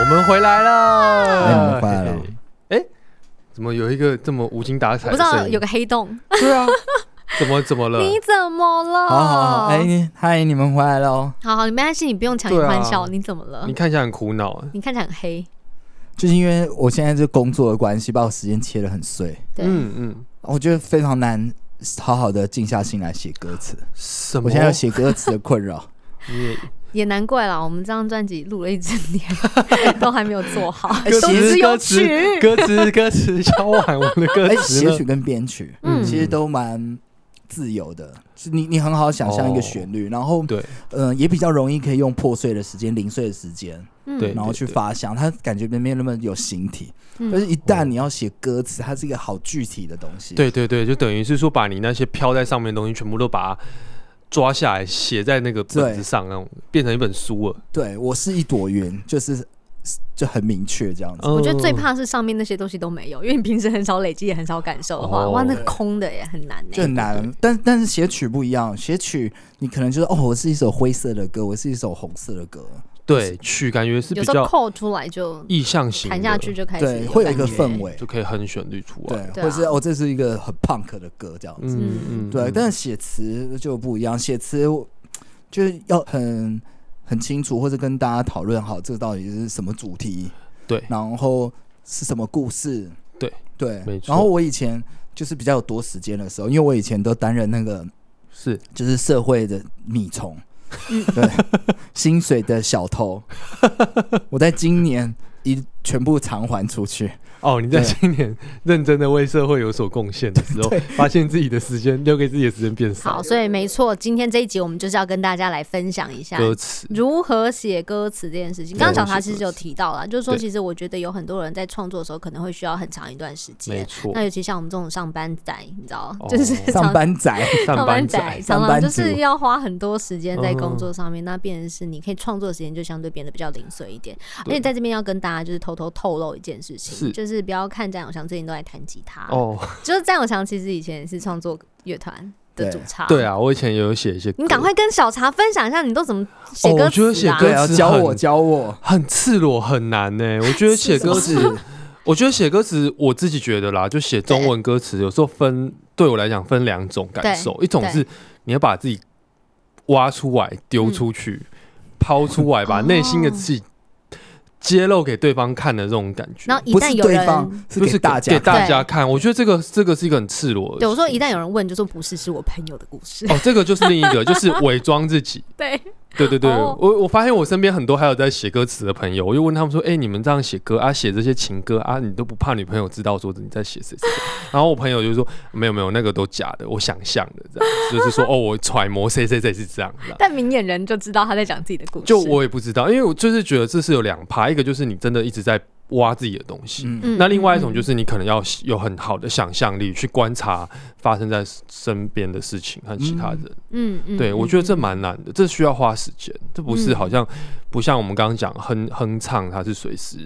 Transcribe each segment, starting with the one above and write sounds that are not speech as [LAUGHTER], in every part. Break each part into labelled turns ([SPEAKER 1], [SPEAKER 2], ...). [SPEAKER 1] 我们回来
[SPEAKER 2] 哎，你
[SPEAKER 1] 了。哎
[SPEAKER 2] 们回来了，
[SPEAKER 1] 怎么有一个这么无精打
[SPEAKER 3] 我
[SPEAKER 1] 采
[SPEAKER 3] 不
[SPEAKER 1] 的
[SPEAKER 3] 知道
[SPEAKER 1] 声音？
[SPEAKER 3] 有个黑洞，
[SPEAKER 1] 对啊，怎么怎么了？
[SPEAKER 3] 你怎么了？
[SPEAKER 2] [LAUGHS] 好好好，哎，你嗨，你们回来哦喽。
[SPEAKER 3] 好好，你没关系，你不用强
[SPEAKER 1] 对
[SPEAKER 3] 颜
[SPEAKER 1] 啊
[SPEAKER 3] 欢笑。你怎么了
[SPEAKER 1] 你？看起来很苦恼啊。
[SPEAKER 3] 你看起来很黑，
[SPEAKER 2] 就是因为我现在这工作的关系，把我时间切得很碎，
[SPEAKER 3] 对，
[SPEAKER 1] 嗯嗯，
[SPEAKER 2] 我觉得非常难好好的静下心来写歌词。
[SPEAKER 1] 什么？
[SPEAKER 2] 我现在有写歌词的困
[SPEAKER 1] [LAUGHS]
[SPEAKER 2] 扰，
[SPEAKER 1] 你
[SPEAKER 3] 也难怪啦。我们这张专辑录了一整年，都还没有做好，
[SPEAKER 2] 哎
[SPEAKER 3] 都
[SPEAKER 2] 其实
[SPEAKER 3] 只有
[SPEAKER 1] 歌词
[SPEAKER 3] 曲。
[SPEAKER 1] 歌词歌词 [LAUGHS] 敲完我的歌
[SPEAKER 2] [LAUGHS] 哎，
[SPEAKER 1] 词
[SPEAKER 2] 写
[SPEAKER 1] 呢
[SPEAKER 2] 曲？跟编曲，
[SPEAKER 3] 嗯
[SPEAKER 2] 其实都蛮自由的，是你你很好想象一个
[SPEAKER 1] 哦
[SPEAKER 2] 旋律，然后
[SPEAKER 1] 对
[SPEAKER 2] 嗯、呃也比较容易可以用破碎的时间、零碎的时间，
[SPEAKER 3] 嗯
[SPEAKER 1] 对
[SPEAKER 2] 然后去发想，它感觉没有那么有形体。
[SPEAKER 3] 嗯
[SPEAKER 2] 但是，一旦
[SPEAKER 1] 哦
[SPEAKER 2] 你要写歌词，它是一个好具体的东西。
[SPEAKER 1] 对对对，就等于是说把你那些飘在上面的东西全部都把它抓下来，写在那个本子上，那种变成一本书了。
[SPEAKER 2] 对，我是一朵云，就是就很明确这样子。
[SPEAKER 3] 我觉得最
[SPEAKER 1] 嗯
[SPEAKER 3] 怕是上面那些东西都没有，因为你平时很少累积，也很少感受的话，
[SPEAKER 1] 哦
[SPEAKER 3] 哇，那个空的也很难欸呢、
[SPEAKER 2] 就很
[SPEAKER 1] 啊
[SPEAKER 2] 难，但但是写曲不一样，写曲你可能就是哦，我是一首灰色的歌，我是一首红色的歌，
[SPEAKER 1] 对曲感觉是
[SPEAKER 3] 有
[SPEAKER 1] 比
[SPEAKER 3] 时候
[SPEAKER 1] 较
[SPEAKER 3] 扣出来就
[SPEAKER 1] 意象型的，
[SPEAKER 3] 弹下去就开始
[SPEAKER 2] 对，会有一个
[SPEAKER 3] 感觉
[SPEAKER 2] 氛。围，
[SPEAKER 1] 就可以哼旋律出来。
[SPEAKER 2] 对，
[SPEAKER 3] 对
[SPEAKER 2] 或
[SPEAKER 3] 啊
[SPEAKER 2] 是哦，这是一个很 punk 的歌这样子，
[SPEAKER 1] 嗯嗯，
[SPEAKER 2] 对。
[SPEAKER 1] 嗯
[SPEAKER 2] 但是写词就不一样，写词我就是要很很清楚，或者跟大家讨论好这个到底是什么主题，
[SPEAKER 1] 对
[SPEAKER 2] 然后是什么故事，
[SPEAKER 1] 对
[SPEAKER 2] 对
[SPEAKER 1] 没，错
[SPEAKER 2] 然后我以前就是比较有多时间的时候，因为我以前都担任那个
[SPEAKER 1] 是
[SPEAKER 2] 就是社会的米
[SPEAKER 1] [LAUGHS]
[SPEAKER 2] 虫，对，薪水的小偷。我在今年一全部偿还出去，
[SPEAKER 1] 哦，你在
[SPEAKER 2] 对
[SPEAKER 1] 今年认真的为社会有所贡献的时候，发现自己的时间留给自己的时间变少
[SPEAKER 3] 好，。所以没错，今天这一集我们就是要跟大家来分享一下
[SPEAKER 1] 歌词
[SPEAKER 3] 如何写歌词这件事情，
[SPEAKER 1] 对
[SPEAKER 3] 刚刚小
[SPEAKER 1] 如何
[SPEAKER 3] 茶
[SPEAKER 1] 写
[SPEAKER 3] 其实
[SPEAKER 1] 歌
[SPEAKER 3] 有提到了，就是说，
[SPEAKER 1] 对
[SPEAKER 3] 其实我觉得有很多人在创作的时候，可能会需要很长一段时
[SPEAKER 1] 没
[SPEAKER 3] 间。
[SPEAKER 1] 错
[SPEAKER 3] 那，尤其像我们这种上班仔，你知道，
[SPEAKER 1] 哦
[SPEAKER 3] 就是常
[SPEAKER 2] 上班
[SPEAKER 3] [LAUGHS]
[SPEAKER 2] 仔。
[SPEAKER 1] 上
[SPEAKER 3] 上
[SPEAKER 1] 班嗯
[SPEAKER 3] 班
[SPEAKER 1] 仔
[SPEAKER 3] 仔，常
[SPEAKER 2] 上
[SPEAKER 3] 常
[SPEAKER 2] 班
[SPEAKER 3] 就
[SPEAKER 2] 族
[SPEAKER 3] 是要花很多时间在工作上面，那变成是你可以创作的时间就相对变得比较零碎一点。而
[SPEAKER 1] 对
[SPEAKER 3] 且在这边要跟大家就是偷偷透露一件事情，
[SPEAKER 1] 是
[SPEAKER 3] 就是不要看詹永祥最近都在弹吉他，
[SPEAKER 1] 哦，
[SPEAKER 3] 就是詹永祥其实以前也是创作乐团的
[SPEAKER 2] 对
[SPEAKER 3] 主唱，
[SPEAKER 1] 对，啊，我以前也有写一些歌，
[SPEAKER 3] 你赶快跟小茶分享一下你都怎么写
[SPEAKER 1] 哦
[SPEAKER 3] 歌
[SPEAKER 1] 我觉得
[SPEAKER 3] 词啊
[SPEAKER 1] 写歌
[SPEAKER 2] 对啊，
[SPEAKER 1] 词
[SPEAKER 2] 教我
[SPEAKER 1] 很
[SPEAKER 2] 教我。
[SPEAKER 1] 很赤裸很难呢、我觉得写歌
[SPEAKER 3] [LAUGHS]
[SPEAKER 2] 是什
[SPEAKER 1] 词，我觉得写歌词我自己觉得啦，就写中文歌词有时候分对我来讲分两种感受，一种是你要把自己挖出来丢出去，抛、出来，把
[SPEAKER 3] 嗯哦
[SPEAKER 1] 内心的自己揭露给对方看的这种感觉
[SPEAKER 3] 然后。一
[SPEAKER 2] 不
[SPEAKER 3] 旦
[SPEAKER 2] 是
[SPEAKER 3] 有
[SPEAKER 2] 对
[SPEAKER 3] 人
[SPEAKER 2] 方，是
[SPEAKER 1] 不是
[SPEAKER 2] 给大
[SPEAKER 1] 给
[SPEAKER 2] 家看。
[SPEAKER 1] 大家看，我觉得这个这个是一个很赤裸的。
[SPEAKER 3] 对，我说一旦有人问，就说不是，是我朋友的故事。
[SPEAKER 1] 哦，这个就是另一
[SPEAKER 3] [LAUGHS]
[SPEAKER 1] 个，就是伪装自己。
[SPEAKER 3] 对，
[SPEAKER 1] [LAUGHS] 对对对，
[SPEAKER 3] 哦
[SPEAKER 1] 我我发现我身边很多还有在写歌词的朋友，我就问他们说：“哎、你们这样写歌啊，写这些情歌啊，你都不怕女朋友知道说你在写谁谁谁？”然后我朋友就说：“没有没有，那个都假的，我想象的这样，就是说哦，我揣摩谁谁谁是这样的。”
[SPEAKER 3] 但明眼人就知道他在讲自己的故事。
[SPEAKER 1] 就我也不知道，因为我就是觉得这是有两趴，一个就是你真的一直在挖自己的东西，
[SPEAKER 2] 嗯，
[SPEAKER 3] 嗯，
[SPEAKER 1] 那另外一种就是是你可能要有很好的想象力去观察发生在身边的事情和其他人。
[SPEAKER 3] 嗯嗯，
[SPEAKER 1] 对，
[SPEAKER 3] 嗯
[SPEAKER 1] 我觉得这
[SPEAKER 3] 嗯
[SPEAKER 1] 蛮难的，这需要花时间，这不是
[SPEAKER 3] 嗯
[SPEAKER 1] 好像不像我们刚刚讲哼哼唱，它是随时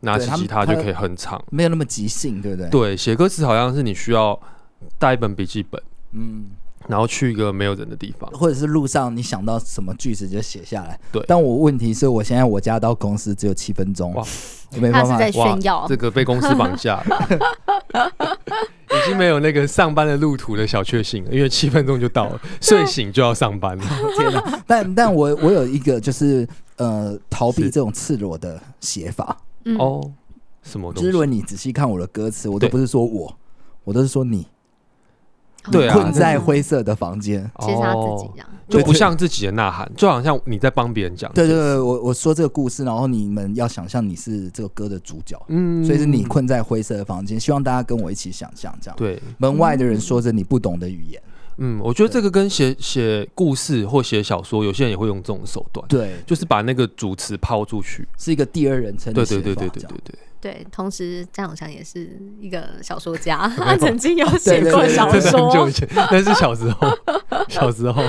[SPEAKER 1] 拿
[SPEAKER 2] 对
[SPEAKER 1] 起
[SPEAKER 2] 他们
[SPEAKER 1] 吉他就
[SPEAKER 2] 他
[SPEAKER 1] 可以哼唱。
[SPEAKER 2] 没有那么即兴，对不对？，
[SPEAKER 1] 对，写歌词好像是你需要带一本笔记本，
[SPEAKER 2] 嗯，
[SPEAKER 1] 然后去一个没有人的地方。
[SPEAKER 2] 或者是路上你想到什么句子就写下来。
[SPEAKER 1] 对
[SPEAKER 2] 但我问题是我现在我家到公司只有七分钟
[SPEAKER 1] 哇，
[SPEAKER 2] 我没
[SPEAKER 3] 嗯他
[SPEAKER 2] 办
[SPEAKER 3] 是
[SPEAKER 2] 法。
[SPEAKER 3] 在
[SPEAKER 1] 哇
[SPEAKER 3] [LAUGHS] 炫耀
[SPEAKER 1] 这。个被公司绑架了，
[SPEAKER 3] [LAUGHS]
[SPEAKER 1] 已经没有那个上班的路途的小确幸了，因为七分钟就
[SPEAKER 3] [LAUGHS]
[SPEAKER 1] 到了，睡醒就要上班了。
[SPEAKER 2] 天哪！ [LAUGHS] 但但我我有一个就是呃逃避
[SPEAKER 1] 是
[SPEAKER 2] 这种赤裸的写法，
[SPEAKER 3] 嗯，
[SPEAKER 1] 哦，什么
[SPEAKER 2] 就
[SPEAKER 1] 东
[SPEAKER 2] 是
[SPEAKER 1] 西
[SPEAKER 2] 如？果你仔细看我的歌词，我都
[SPEAKER 1] 对
[SPEAKER 2] 不是说我，我都是说你
[SPEAKER 1] 对啊
[SPEAKER 2] 困在灰色的房间。
[SPEAKER 3] 其实他自己啊
[SPEAKER 1] 哦
[SPEAKER 3] 这样。
[SPEAKER 1] 就
[SPEAKER 2] 对
[SPEAKER 1] 不
[SPEAKER 2] 对
[SPEAKER 1] 像自己的呐喊，就好像你在帮别人讲。
[SPEAKER 2] 对对对，我我说这个故事，然后你们要想象你是这个歌的主角，
[SPEAKER 1] 嗯
[SPEAKER 2] 所以是你困在灰色的房间，希望大家跟我一起想象这样。
[SPEAKER 1] 对，
[SPEAKER 2] 门外的人说着你不懂的语言，
[SPEAKER 1] 嗯，我觉得这个跟写写故事或写小说，有些人也会用这种手段，
[SPEAKER 2] 对，
[SPEAKER 1] 就是把那个主词抛出去。
[SPEAKER 2] 是一个第二人称
[SPEAKER 1] 对
[SPEAKER 2] 的写
[SPEAKER 1] 对
[SPEAKER 2] 法。
[SPEAKER 1] 对对对
[SPEAKER 2] 这
[SPEAKER 1] 对
[SPEAKER 2] 样
[SPEAKER 3] [LAUGHS]
[SPEAKER 1] 对，
[SPEAKER 3] 对，同时张永祥也是
[SPEAKER 1] [LAUGHS]
[SPEAKER 3] [LAUGHS] 一个小说家，他曾经有写
[SPEAKER 2] 对对
[SPEAKER 3] 过
[SPEAKER 2] 对
[SPEAKER 3] 小
[SPEAKER 1] 真的很久
[SPEAKER 3] 说
[SPEAKER 1] 以。前，那是小时候。小时候，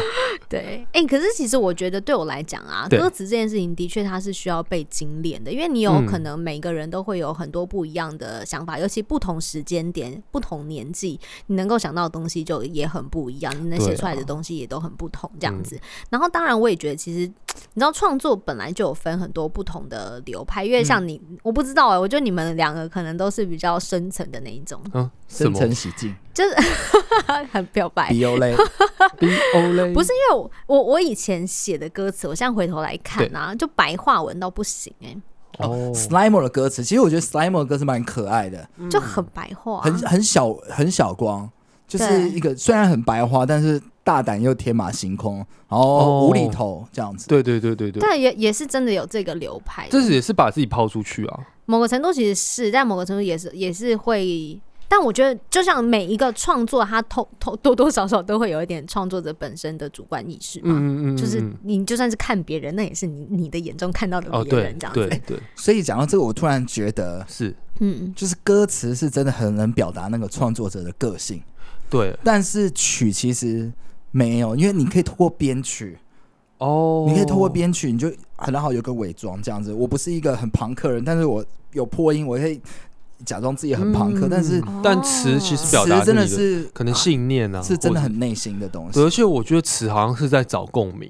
[SPEAKER 3] 对，哎、可是其实我觉得对我来讲啊，
[SPEAKER 1] 对
[SPEAKER 3] 歌词这件事情的确它是需要被精炼的，因为你有
[SPEAKER 1] 嗯
[SPEAKER 3] 可能每个人都会有很多不一样的想法，尤其不同时间点、不同年纪，你能够想到的东西就也很不一样，你能
[SPEAKER 1] 对嗯
[SPEAKER 3] 写出来的
[SPEAKER 1] 啊
[SPEAKER 3] 东西也都很不同这样子。然后当然我也觉得，其实你知道创作本来就有分很多不同的流派，因为像你，
[SPEAKER 1] 嗯
[SPEAKER 3] 我不知道哎、我觉得你们两个可能都是比较深层的那一种，
[SPEAKER 1] 嗯，什
[SPEAKER 2] 深
[SPEAKER 1] 么
[SPEAKER 2] 层洗净
[SPEAKER 3] 哎很表白。
[SPEAKER 2] ，B O 类，
[SPEAKER 1] B O 类？
[SPEAKER 3] 不是因为我我我以前写的歌词，我现在回头来看啊，就白话文到不行哎、
[SPEAKER 1] 哦，
[SPEAKER 2] Slimo 的歌词，其实我觉得 Slimo 的歌词蛮可爱的，
[SPEAKER 3] 就很白话、啊
[SPEAKER 2] 很很小很小光，就是
[SPEAKER 3] 对
[SPEAKER 2] 一个虽然很白花，但是大胆又天马行空，然
[SPEAKER 1] 哦
[SPEAKER 2] 后无厘头这样子。
[SPEAKER 1] 对对对对对，
[SPEAKER 3] 但也也是真的有这个流派，
[SPEAKER 1] 这是也是把自己抛出去啊。
[SPEAKER 3] 某个程度其实是，但某个程度也是也是会。但我觉得，就像每一个创作，它透透多多少少都会有一点创作者本身的主观意识嘛。
[SPEAKER 1] 嗯嗯嗯，
[SPEAKER 3] 就是
[SPEAKER 1] 嗯
[SPEAKER 3] 你就算是看别人，那也是你你的眼中看到的
[SPEAKER 1] 哦，
[SPEAKER 3] 别
[SPEAKER 1] 对
[SPEAKER 3] 人这样子。
[SPEAKER 1] 对对，
[SPEAKER 2] 所以讲到这个，我突然觉得，
[SPEAKER 1] 是，
[SPEAKER 3] 嗯，
[SPEAKER 2] 就是歌词是真的很能表达那个创作者的个性，
[SPEAKER 1] 对
[SPEAKER 2] 但是曲其实没有，因为你可以通过编曲，
[SPEAKER 1] 哦，
[SPEAKER 2] 你可以通过编曲，你就很好有个伪装这样子。我不是一个很朋克人，但是我有破音，我可以假装自己很朋克，
[SPEAKER 1] 嗯
[SPEAKER 2] 但是哦
[SPEAKER 3] 哦
[SPEAKER 1] 但词其实表达
[SPEAKER 2] 词真的
[SPEAKER 1] 你
[SPEAKER 2] 是
[SPEAKER 1] 可能信念啊，
[SPEAKER 2] 是真的
[SPEAKER 1] 或者
[SPEAKER 2] 很内心的东
[SPEAKER 1] 对，
[SPEAKER 2] 西
[SPEAKER 1] 而。且我觉得词好像是在找共鸣，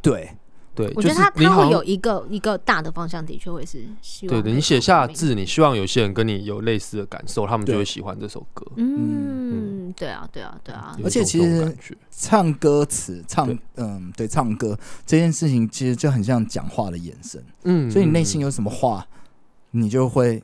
[SPEAKER 2] 对，
[SPEAKER 1] 对，
[SPEAKER 3] 我
[SPEAKER 1] 就
[SPEAKER 3] 觉得
[SPEAKER 1] 是
[SPEAKER 3] 他
[SPEAKER 1] 你
[SPEAKER 3] 他
[SPEAKER 1] 好
[SPEAKER 3] 会
[SPEAKER 1] 像
[SPEAKER 3] 有一个一个大的方向，的确会是希望
[SPEAKER 1] 对
[SPEAKER 3] 可
[SPEAKER 1] 对，
[SPEAKER 3] 以
[SPEAKER 1] 你写下
[SPEAKER 3] 共鸣
[SPEAKER 1] 字，你希望有些人跟你有类似的感受，他们就
[SPEAKER 2] 对
[SPEAKER 1] 会喜欢这首歌。
[SPEAKER 3] 嗯，对啊，对啊，对啊
[SPEAKER 1] 有，一
[SPEAKER 2] 而且
[SPEAKER 1] 种
[SPEAKER 2] 其
[SPEAKER 1] 这种
[SPEAKER 2] 实
[SPEAKER 1] 感觉
[SPEAKER 2] 唱歌词，唱
[SPEAKER 1] 对
[SPEAKER 2] 嗯，对，唱歌这件事情其实就很像讲话的眼神，
[SPEAKER 1] 嗯
[SPEAKER 2] 所以你内
[SPEAKER 1] 嗯
[SPEAKER 2] 心有什么话，你就会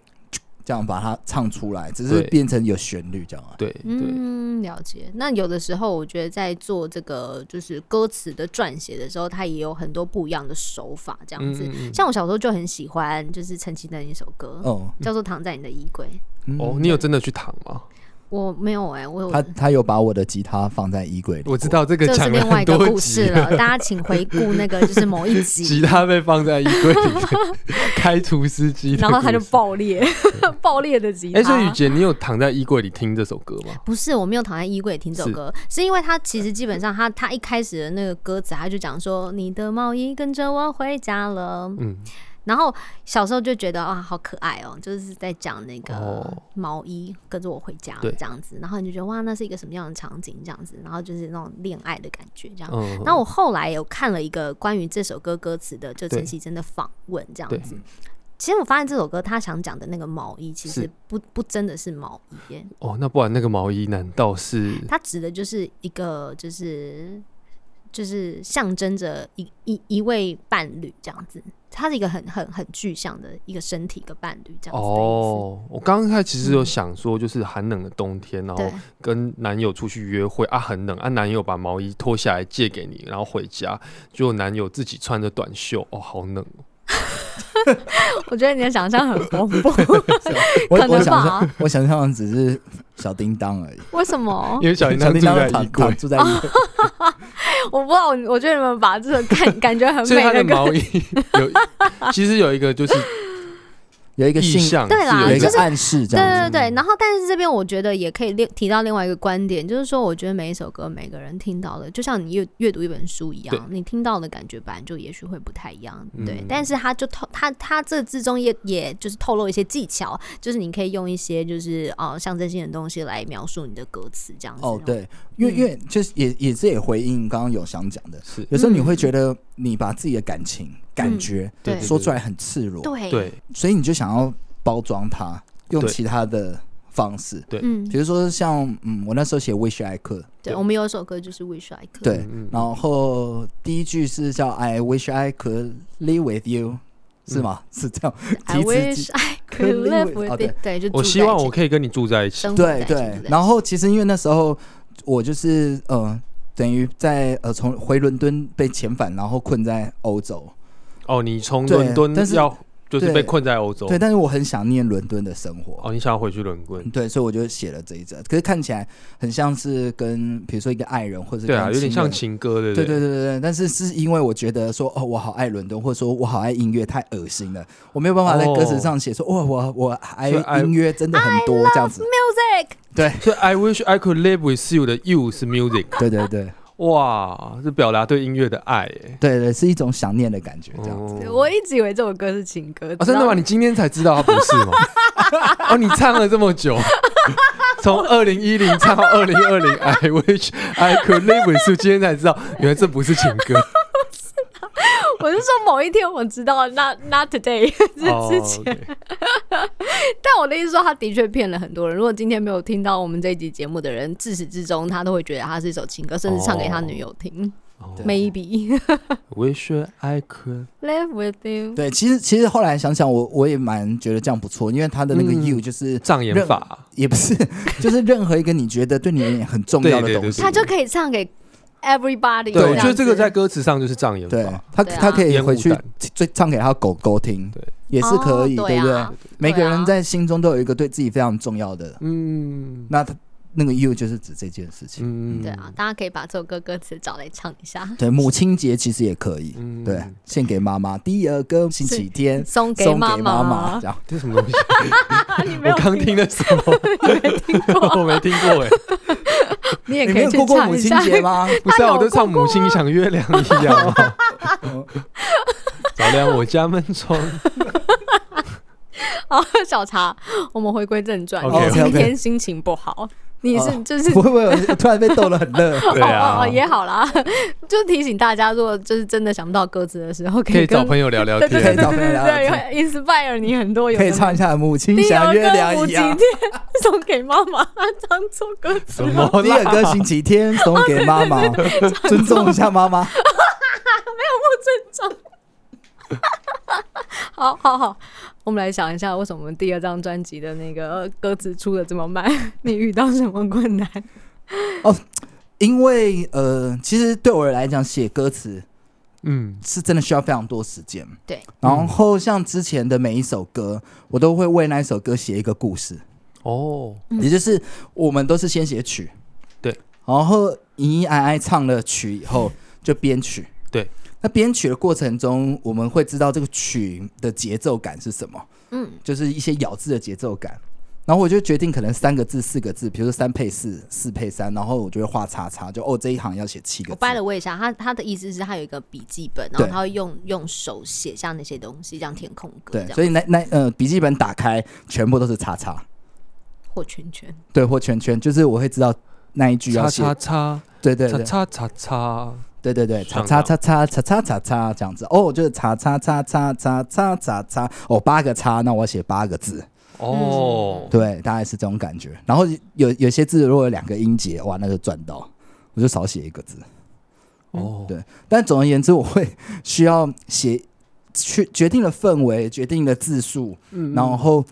[SPEAKER 2] 这样把它唱出来，只是
[SPEAKER 1] 对
[SPEAKER 2] 变成有旋律这样啊。
[SPEAKER 1] 对对
[SPEAKER 3] 嗯，了解。那有的时候，我觉得在做这个就是歌词的撰写的时候，它也有很多不一样的手法，这样子。
[SPEAKER 1] 嗯嗯嗯
[SPEAKER 3] 像我小时候就很喜欢，就是陈绮贞一首歌，
[SPEAKER 2] 哦，
[SPEAKER 3] 叫做《躺在你的衣柜》。
[SPEAKER 2] 嗯
[SPEAKER 1] 哦，你有真的去躺吗？
[SPEAKER 3] 我没有哎、我有
[SPEAKER 2] 他他有把我的吉他放在衣柜里，
[SPEAKER 1] 我知。道这个
[SPEAKER 3] 这是
[SPEAKER 1] 讲
[SPEAKER 3] 另外
[SPEAKER 1] 很
[SPEAKER 3] 一个
[SPEAKER 1] 多
[SPEAKER 3] 故
[SPEAKER 1] 集
[SPEAKER 3] 事
[SPEAKER 1] [LAUGHS]
[SPEAKER 3] 了，大家请回顾那个就是某一
[SPEAKER 1] 吉
[SPEAKER 3] 集，
[SPEAKER 1] 他被放在衣柜里面， [LAUGHS] 开除司机，
[SPEAKER 3] 然后它就。爆裂， [LAUGHS] 爆裂的吉他。
[SPEAKER 1] 哎，所以雨杰，你有躺在衣柜里听这首歌吗？
[SPEAKER 3] 不是，我没有躺在衣柜听这首歌，是因为他其实基本上他他一开始的那个歌词，他就讲说你的毛衣跟着我回家了。
[SPEAKER 1] 嗯，
[SPEAKER 3] 然后小时候就觉得啊，好可爱哦，就是在讲那个
[SPEAKER 1] 哦
[SPEAKER 3] 毛衣跟着我回家
[SPEAKER 1] 对
[SPEAKER 3] 这样子，然后你就觉得哇，那是一个什么样的场景这样子，然后就是那种恋爱的感觉这样。
[SPEAKER 1] 嗯，
[SPEAKER 3] 那我后来有看了一个关于这首歌歌词的，就
[SPEAKER 1] 对
[SPEAKER 3] 陈绮贞的访问这
[SPEAKER 1] 对
[SPEAKER 3] 样子。其实我发现这首歌他想讲的那个毛衣，其实
[SPEAKER 1] 是
[SPEAKER 3] 不不真的是毛衣耶，
[SPEAKER 1] 哦，那不然那个毛衣难道是
[SPEAKER 3] 它指的就是一个就是就是象征着一一一位伴侣这样子，它是一个很很很具象的一个身体一个伴侣这样子的意思。
[SPEAKER 1] 哦，我刚刚开始其实有想说，就是寒冷的冬天，然后
[SPEAKER 3] 嗯对，
[SPEAKER 1] 跟男友出去约会啊，很冷啊，男友把毛衣脱下来借给你，然后回家，结果男友自己穿着短袖，哦，好冷哦，
[SPEAKER 3] [LAUGHS] 我觉得你的想象很丰
[SPEAKER 1] [LAUGHS]
[SPEAKER 3] 富，
[SPEAKER 2] 我
[SPEAKER 3] 可能
[SPEAKER 2] 我想
[SPEAKER 3] 吧
[SPEAKER 2] 象， [LAUGHS] 我想象只是小叮当而已。
[SPEAKER 3] 为什么？
[SPEAKER 1] 因为小铃铛
[SPEAKER 2] 小
[SPEAKER 1] 住
[SPEAKER 2] 叮当
[SPEAKER 1] 在
[SPEAKER 2] 躺
[SPEAKER 1] 衣柜 [LAUGHS]
[SPEAKER 2] 躺，住在衣
[SPEAKER 3] 哦
[SPEAKER 2] 柜，
[SPEAKER 3] 我不知道，我觉得你们把这个感感觉很
[SPEAKER 1] 所以
[SPEAKER 3] 美
[SPEAKER 1] 他
[SPEAKER 3] 那
[SPEAKER 1] 的
[SPEAKER 3] 个，
[SPEAKER 1] 毛衣有， [LAUGHS] 其实有一个就是
[SPEAKER 2] 有一个
[SPEAKER 1] 意
[SPEAKER 2] 信，
[SPEAKER 1] 象，
[SPEAKER 3] 对啦
[SPEAKER 2] 有
[SPEAKER 1] 是
[SPEAKER 2] 一
[SPEAKER 1] 有
[SPEAKER 2] 个
[SPEAKER 3] 就是
[SPEAKER 2] 暗示这
[SPEAKER 3] 对
[SPEAKER 2] 样
[SPEAKER 3] 对
[SPEAKER 2] 子。
[SPEAKER 3] 对。然后，但是这边我觉得也可以另提到另外一个观点，就是说，我觉得每一首歌每个人听到的，就像你阅阅读一本书一
[SPEAKER 1] 对
[SPEAKER 3] 样，你听到的感觉本来就也许会不太一样，对。
[SPEAKER 1] 嗯
[SPEAKER 3] 但是他就透他他这之中也也就是透露一些技巧，就是你可以用一些就是呃象征性的东西来描述你的歌词这样子。
[SPEAKER 2] 哦，，对，
[SPEAKER 3] 嗯
[SPEAKER 2] 因为因为就是也也是也回应刚刚有想讲的，
[SPEAKER 1] 是，
[SPEAKER 2] 有时候你会觉得你把自己的感情、感觉
[SPEAKER 1] 对
[SPEAKER 3] 嗯对
[SPEAKER 1] 对
[SPEAKER 2] 说出来很赤裸，
[SPEAKER 3] 对
[SPEAKER 1] 对，
[SPEAKER 2] 所以你就想要包装它，用
[SPEAKER 1] 对
[SPEAKER 2] 其他的方式，
[SPEAKER 3] 嗯
[SPEAKER 2] 比，如说像嗯，我那时候写《Wish I Could》，
[SPEAKER 3] 对，我们有一首歌就是《Wish I Could》。
[SPEAKER 2] 对
[SPEAKER 1] 嗯嗯，
[SPEAKER 2] 然后第一句是叫 “I wish I could live with you”，是吗？
[SPEAKER 1] 嗯
[SPEAKER 2] 是这样，
[SPEAKER 3] I
[SPEAKER 2] 提词
[SPEAKER 3] wish
[SPEAKER 2] 机
[SPEAKER 3] I could live
[SPEAKER 2] Could live with-
[SPEAKER 3] with
[SPEAKER 2] 哦
[SPEAKER 3] it。对，就
[SPEAKER 1] 我
[SPEAKER 3] 住
[SPEAKER 1] 希
[SPEAKER 3] 在
[SPEAKER 1] 望
[SPEAKER 3] 一
[SPEAKER 1] 我
[SPEAKER 3] 起
[SPEAKER 1] 可以跟你住在一起，
[SPEAKER 3] 生活在一
[SPEAKER 2] 对
[SPEAKER 3] 起
[SPEAKER 2] 对
[SPEAKER 3] 住。在
[SPEAKER 2] 然
[SPEAKER 3] 一
[SPEAKER 2] 后其实因为那时候我就是呃，等于在呃从回伦敦被遣返，然后困在欧洲，
[SPEAKER 1] 哦，你从
[SPEAKER 2] 对
[SPEAKER 1] 伦敦
[SPEAKER 2] 但是
[SPEAKER 1] 要就是
[SPEAKER 2] 对
[SPEAKER 1] 被困在欧洲。
[SPEAKER 2] 对，但是我很想念伦敦的生活。
[SPEAKER 1] 哦，你想要回去伦敦？
[SPEAKER 2] 对，所以我就写了这一则。可是看起来很像是跟比如说一个爱人嗯或者是
[SPEAKER 1] 对啊，
[SPEAKER 2] 跟
[SPEAKER 1] 有点
[SPEAKER 2] 亲
[SPEAKER 1] 像
[SPEAKER 2] 人
[SPEAKER 1] 情歌，对不
[SPEAKER 2] 对
[SPEAKER 1] 对
[SPEAKER 2] 对对对对，但是是因为我觉得说哦，我好爱伦敦，或者说我好爱音乐，太恶心了，我没有办法在歌词上写说哇、我我爱
[SPEAKER 1] 所以爱
[SPEAKER 2] 音乐真的很多这样子。
[SPEAKER 3] music，
[SPEAKER 2] 对
[SPEAKER 1] 所以 I wish I could live with you 的 you 是 music，
[SPEAKER 2] 对对对
[SPEAKER 1] 哇，是表达对音乐的爱耶。
[SPEAKER 2] 对对，是一种想念的感觉，这样子。
[SPEAKER 1] 哦
[SPEAKER 3] 我一直以为这首歌是情歌，
[SPEAKER 2] 哦
[SPEAKER 1] 啊，真的吗？
[SPEAKER 3] 直
[SPEAKER 1] 你今天才知道它不是 [LAUGHS] 吗？哦，你唱了这么 [LAUGHS] 久，从二零一零唱到二零二零，I wish I could live with you，今天才知道原来这不是情歌。
[SPEAKER 3] 到我是说某一天我知道，not not today， [LAUGHS]
[SPEAKER 1] 哦
[SPEAKER 3] [LAUGHS] 是之前。
[SPEAKER 1] ，OK
[SPEAKER 3] 但我的意思说，他的确骗了很多人。如果今天没有听到我们这一集节目的人，自始至终他都会觉得它是一首情歌，甚至唱给他女友听。
[SPEAKER 1] 哦
[SPEAKER 2] 对
[SPEAKER 3] Maybe [LAUGHS]
[SPEAKER 1] Wish I could
[SPEAKER 3] live with you。
[SPEAKER 2] 对，其实其实后来想想我，我也蛮觉得这样不错，因为他的那个
[SPEAKER 1] 嗯
[SPEAKER 2] you 就是、
[SPEAKER 1] 障眼法，
[SPEAKER 2] 也不是，就是任何一个你觉得对你而言很重要的
[SPEAKER 1] 对对对
[SPEAKER 2] 东西，
[SPEAKER 3] 他就可以唱给 everybody
[SPEAKER 1] 对，
[SPEAKER 3] 样
[SPEAKER 1] 我觉得
[SPEAKER 3] 子
[SPEAKER 1] 这个在歌词上就是障眼
[SPEAKER 2] 对
[SPEAKER 1] 法。
[SPEAKER 2] 他
[SPEAKER 3] 对啊
[SPEAKER 2] 他可以
[SPEAKER 1] 烟雾
[SPEAKER 2] 回去
[SPEAKER 1] 弹
[SPEAKER 2] 最唱给他狗狗听，
[SPEAKER 1] 对
[SPEAKER 2] 也是可以，
[SPEAKER 3] 哦
[SPEAKER 2] 对不对？
[SPEAKER 3] 啊
[SPEAKER 2] 每个
[SPEAKER 3] 对啊
[SPEAKER 2] 人在心中都有一个对自己非常重要的
[SPEAKER 1] 嗯
[SPEAKER 2] 那他那个 you 就是指这件事情。
[SPEAKER 1] 嗯
[SPEAKER 3] 对啊，，大家可以把这首歌歌词找来唱一下，
[SPEAKER 2] 对，母亲节其实也可以，
[SPEAKER 1] 嗯
[SPEAKER 2] 对，献给妈妈。第二个星期天
[SPEAKER 3] 送给
[SPEAKER 2] 送
[SPEAKER 3] 妈
[SPEAKER 2] 给
[SPEAKER 3] 妈
[SPEAKER 2] 妈 [LAUGHS] 妈，。这样
[SPEAKER 1] 这是什么东西？
[SPEAKER 3] 你 [LAUGHS] 没有
[SPEAKER 1] 我刚听的什么？
[SPEAKER 3] [LAUGHS]
[SPEAKER 1] [LAUGHS] 我没听过哎，
[SPEAKER 3] 你也
[SPEAKER 2] 你
[SPEAKER 3] 可
[SPEAKER 2] 没
[SPEAKER 3] 以
[SPEAKER 2] 有
[SPEAKER 3] 去
[SPEAKER 2] 过过
[SPEAKER 3] 唱
[SPEAKER 2] 母
[SPEAKER 3] 一
[SPEAKER 2] 亲
[SPEAKER 3] 下。
[SPEAKER 2] 节吗？
[SPEAKER 1] 不是
[SPEAKER 3] 他
[SPEAKER 1] 啊，
[SPEAKER 3] 有
[SPEAKER 1] 我都唱《母亲像月亮》一样。 [LAUGHS] 照亮我家门 [LAUGHS] 窗，
[SPEAKER 3] [LAUGHS] 好，小茶，我们回归正传。
[SPEAKER 1] OK，
[SPEAKER 3] 你
[SPEAKER 2] OK，
[SPEAKER 3] 今
[SPEAKER 2] OK
[SPEAKER 3] 天心情不好，你是
[SPEAKER 2] 哦
[SPEAKER 3] 就是
[SPEAKER 2] 不会不会，我突然被逗得很
[SPEAKER 3] [LAUGHS]
[SPEAKER 2] 热。
[SPEAKER 1] 对
[SPEAKER 3] 哦
[SPEAKER 1] 啊
[SPEAKER 3] 哦哦，，也好啦， [LAUGHS] 就提醒大家，如果就是真的想不到歌词的时候，
[SPEAKER 1] 可以
[SPEAKER 3] 跟
[SPEAKER 1] 找朋友聊聊
[SPEAKER 3] 对对对
[SPEAKER 1] 天
[SPEAKER 2] 可以。找
[SPEAKER 3] 对
[SPEAKER 2] 朋友
[SPEAKER 3] 对
[SPEAKER 2] 聊
[SPEAKER 3] 对，
[SPEAKER 2] 聊
[SPEAKER 3] 会 inspire 你很多有
[SPEAKER 2] 可
[SPEAKER 3] 的没
[SPEAKER 2] 以
[SPEAKER 3] 的。
[SPEAKER 2] 唱一下《母亲
[SPEAKER 3] 第
[SPEAKER 2] 像
[SPEAKER 3] 二
[SPEAKER 2] 月亮
[SPEAKER 3] 个母
[SPEAKER 2] 一
[SPEAKER 3] 亲
[SPEAKER 2] 样
[SPEAKER 3] 天》送给妈妈当做歌词 [LAUGHS]
[SPEAKER 1] 什。么？
[SPEAKER 2] 第二个星期天送给妈妈， [LAUGHS] 尊重一下妈妈。
[SPEAKER 3] 好好好，我们来想一下，为什么我们第二张专辑的那个歌词出的这么慢？ [LAUGHS] 你遇到什么困难？
[SPEAKER 2] 因为呃，其实对我来讲，写歌词
[SPEAKER 1] 嗯，
[SPEAKER 2] 是真的需要非常多时间。
[SPEAKER 3] 对，
[SPEAKER 2] 然后像之前的每一首歌，我都会为那一首歌写一个故事，
[SPEAKER 1] 哦，
[SPEAKER 3] 嗯
[SPEAKER 2] 也就是我们都是先写曲，
[SPEAKER 1] 对，
[SPEAKER 2] 然后隐隐哀哀唱了曲以后就编曲，
[SPEAKER 1] 对。
[SPEAKER 2] 那编曲的过程中，我们会知道这个曲的节奏感是什么，
[SPEAKER 3] 嗯，
[SPEAKER 2] 就是一些咬字的节奏感。然后我就决定可能三个字、四个字，比如说三配四、四配三，然后我就会画叉叉，就哦这一行要写七个
[SPEAKER 3] 我
[SPEAKER 2] 字
[SPEAKER 3] 掰。了问一下，他他的意思是他有一个笔记本，然后
[SPEAKER 2] 对
[SPEAKER 3] 他会用用手写下那些东西，这样填空格，
[SPEAKER 2] 对
[SPEAKER 3] 这，样
[SPEAKER 2] 所以那那呃笔记本打开全部都是叉叉，
[SPEAKER 3] 或圈圈。
[SPEAKER 2] 对或圈圈，就是我会知道那一句要
[SPEAKER 1] 叉
[SPEAKER 2] 写
[SPEAKER 1] 叉叉
[SPEAKER 2] 对对
[SPEAKER 1] 叉
[SPEAKER 2] 对
[SPEAKER 1] 叉叉叉，
[SPEAKER 2] 对对对，叉
[SPEAKER 1] 上
[SPEAKER 2] 叉叉叉叉叉叉叉这样子。哦，就是叉叉叉叉叉叉叉叉，哦，八个叉，那我写八个字，
[SPEAKER 1] 哦，
[SPEAKER 2] 对，大概是这种感觉。然后有有些字如果有两个音节，哇，那就赚到，我就少写一个字。
[SPEAKER 1] 哦，
[SPEAKER 2] 对但总而言之，我会 [LAUGHS] 需要写，去决定了氛围，决定了字数，
[SPEAKER 1] 嗯
[SPEAKER 2] 然后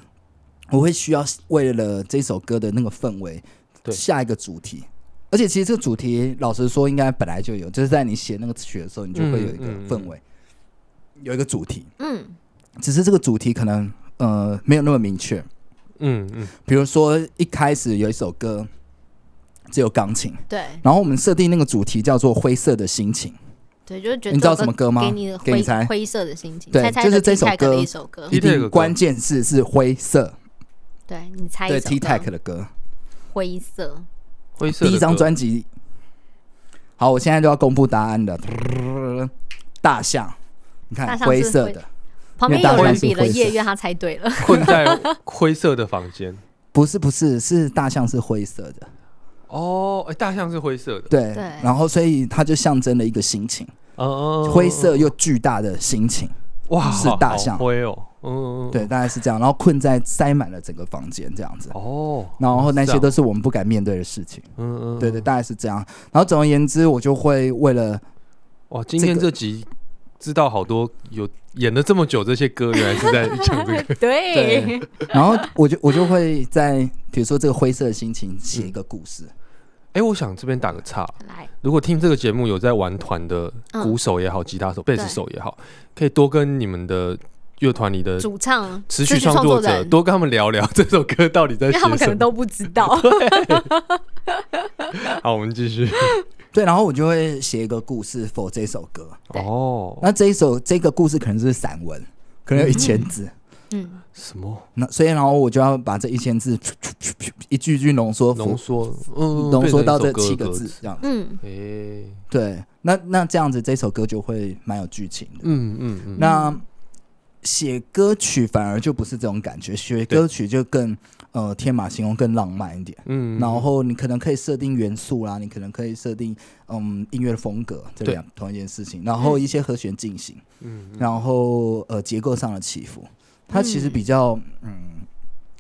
[SPEAKER 2] 我会需要为了这首歌的那个氛围，
[SPEAKER 1] 对
[SPEAKER 2] 下一个主题。而且其实这个主题，老实说，应该本来就有，就是在你写那个曲的时候，你就会有一个
[SPEAKER 1] 嗯嗯嗯
[SPEAKER 2] 氛围，有一个主题，
[SPEAKER 3] 嗯，
[SPEAKER 2] 只是这个主题可能呃没有那么明确。
[SPEAKER 1] 嗯嗯，
[SPEAKER 2] 比如说一开始有一首歌只有钢琴，
[SPEAKER 3] 对
[SPEAKER 2] 然后我们设定那个主题叫做灰色的心情，
[SPEAKER 3] 对，就是觉得
[SPEAKER 2] 你知道
[SPEAKER 3] 这首
[SPEAKER 2] 什么歌吗
[SPEAKER 3] 给你的
[SPEAKER 2] 给你
[SPEAKER 3] 灰
[SPEAKER 2] 猜
[SPEAKER 3] 灰色的心情，
[SPEAKER 2] 对
[SPEAKER 3] 猜猜
[SPEAKER 2] 就是
[SPEAKER 3] 的
[SPEAKER 2] 这首
[SPEAKER 3] T-Tech 的
[SPEAKER 2] 歌
[SPEAKER 3] 一首歌
[SPEAKER 1] 一，
[SPEAKER 2] 一
[SPEAKER 1] 定有
[SPEAKER 2] 定
[SPEAKER 1] 歌
[SPEAKER 2] 关键字是灰色，
[SPEAKER 3] 对你猜
[SPEAKER 2] 对
[SPEAKER 3] 一
[SPEAKER 2] T
[SPEAKER 3] 首
[SPEAKER 2] Tech
[SPEAKER 3] 歌，
[SPEAKER 2] 的歌。
[SPEAKER 3] 灰色，
[SPEAKER 1] 灰色
[SPEAKER 2] 第
[SPEAKER 1] 的
[SPEAKER 2] 一张
[SPEAKER 1] 歌
[SPEAKER 2] 专辑。好，我现在就要公布答案了。大象，你
[SPEAKER 3] 大象
[SPEAKER 2] 看
[SPEAKER 3] 是
[SPEAKER 2] 灰色的，
[SPEAKER 3] 旁
[SPEAKER 2] 因
[SPEAKER 3] 边有
[SPEAKER 2] 为
[SPEAKER 1] 大
[SPEAKER 3] 人
[SPEAKER 1] 象
[SPEAKER 2] 是
[SPEAKER 3] 比了
[SPEAKER 2] 灰色
[SPEAKER 3] 夜月，他猜对
[SPEAKER 1] [LAUGHS]
[SPEAKER 3] 了，
[SPEAKER 1] 困在灰色的房间。
[SPEAKER 2] 不是不是是大象是灰色的，
[SPEAKER 1] 哦，哎，大象是灰色的，
[SPEAKER 2] 对。
[SPEAKER 3] 对
[SPEAKER 2] 然后所以它就象征了一个心情，
[SPEAKER 1] 嗯嗯，
[SPEAKER 2] 灰色又巨大的心情，
[SPEAKER 1] 哇，
[SPEAKER 2] 是大
[SPEAKER 1] 好
[SPEAKER 2] 象
[SPEAKER 1] 灰哦，嗯，嗯，
[SPEAKER 2] 对，
[SPEAKER 1] 嗯
[SPEAKER 2] 大概是这样。然后困在塞满了整个房间这样子。
[SPEAKER 1] 哦，
[SPEAKER 2] 然后那
[SPEAKER 1] 是
[SPEAKER 2] 些
[SPEAKER 1] 啊
[SPEAKER 2] 都是我们不敢面对的事情，
[SPEAKER 1] 嗯嗯，
[SPEAKER 2] 对对，
[SPEAKER 1] 嗯，
[SPEAKER 2] 大概是这样。然后总而言之，我就会为了
[SPEAKER 1] 哇，今
[SPEAKER 2] 这
[SPEAKER 1] 天
[SPEAKER 2] 个
[SPEAKER 1] 这集知道好多有演了这么久这些
[SPEAKER 3] [LAUGHS]
[SPEAKER 1] 歌，原来是在讲这个，
[SPEAKER 3] 对，
[SPEAKER 2] 然后我就我就会在比如说这个灰色的心情写一个故事，
[SPEAKER 1] 哎，我想这边打个岔，
[SPEAKER 3] [LAUGHS] 来，
[SPEAKER 1] 如果听这个节目有在玩团的
[SPEAKER 3] 嗯
[SPEAKER 1] 鼓手也好，吉他手、贝斯
[SPEAKER 3] 对
[SPEAKER 1] 手也好，可以多跟你们的乐团里的
[SPEAKER 3] 嗯主
[SPEAKER 1] [LAUGHS]
[SPEAKER 3] 唱
[SPEAKER 1] 持续创
[SPEAKER 3] 创
[SPEAKER 1] 作
[SPEAKER 3] 者
[SPEAKER 1] 者，，多跟他们聊聊这首歌到底在
[SPEAKER 3] 因为
[SPEAKER 1] 写
[SPEAKER 3] 他们可
[SPEAKER 1] 什
[SPEAKER 3] 能
[SPEAKER 1] 么。
[SPEAKER 3] 都不知
[SPEAKER 2] [LAUGHS]
[SPEAKER 3] 道。
[SPEAKER 1] 好，我们继续。
[SPEAKER 2] 对，然后我就会写一个故事 for 这首歌。
[SPEAKER 3] 对
[SPEAKER 1] 哦，
[SPEAKER 2] 那这一首这个故事可能是散文，可能有一千字。
[SPEAKER 3] 嗯，
[SPEAKER 1] 什么
[SPEAKER 2] 那所以然后我就要把这一千字一句一句浓缩
[SPEAKER 1] 浓缩？嗯，
[SPEAKER 2] 浓缩
[SPEAKER 1] 变成
[SPEAKER 2] 到
[SPEAKER 1] 一首
[SPEAKER 2] 这
[SPEAKER 1] 歌
[SPEAKER 2] 七
[SPEAKER 1] 的
[SPEAKER 2] 个
[SPEAKER 1] 歌
[SPEAKER 2] 字
[SPEAKER 1] 词。
[SPEAKER 2] 这样。
[SPEAKER 3] 嗯，
[SPEAKER 1] 诶，
[SPEAKER 2] 对，那那这样子这首歌就会蛮有剧情的。
[SPEAKER 1] 嗯嗯嗯，
[SPEAKER 2] 那写歌曲反而就不是这种感觉，写歌曲就更呃天马行空，更浪漫一点。
[SPEAKER 1] 嗯，
[SPEAKER 2] 然后你可能可以设定元素啦，你可能可以设定嗯音乐的风格，这
[SPEAKER 1] 对
[SPEAKER 2] 两同一件事情，然后一些和弦进行，
[SPEAKER 1] 嗯，嗯
[SPEAKER 2] 然后呃结构上的起伏，它其实比较嗯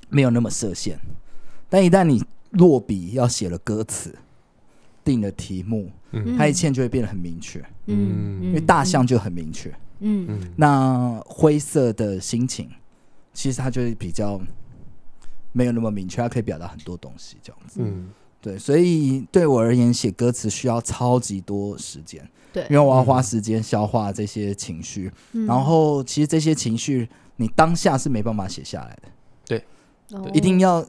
[SPEAKER 2] 没有那么设限，但一旦你落笔要写了歌词，定了题目，
[SPEAKER 1] 嗯
[SPEAKER 2] 它一切就会变得很明确，
[SPEAKER 1] 嗯
[SPEAKER 2] 因为大象就很明确，
[SPEAKER 3] 嗯，嗯，
[SPEAKER 1] 嗯，
[SPEAKER 2] 那灰色的心情，其实它就是比较没有那么明确，它可以表达很多东西这样子。
[SPEAKER 1] 嗯
[SPEAKER 2] 对，所以对我而言，写歌词需要超级多时间，
[SPEAKER 3] 对
[SPEAKER 2] 因，为我要
[SPEAKER 1] 嗯
[SPEAKER 2] 花时间消化这些情绪。
[SPEAKER 3] 嗯
[SPEAKER 2] 然后，其实这些情绪你当下是没办法写下来的，
[SPEAKER 3] 哦
[SPEAKER 2] 一定要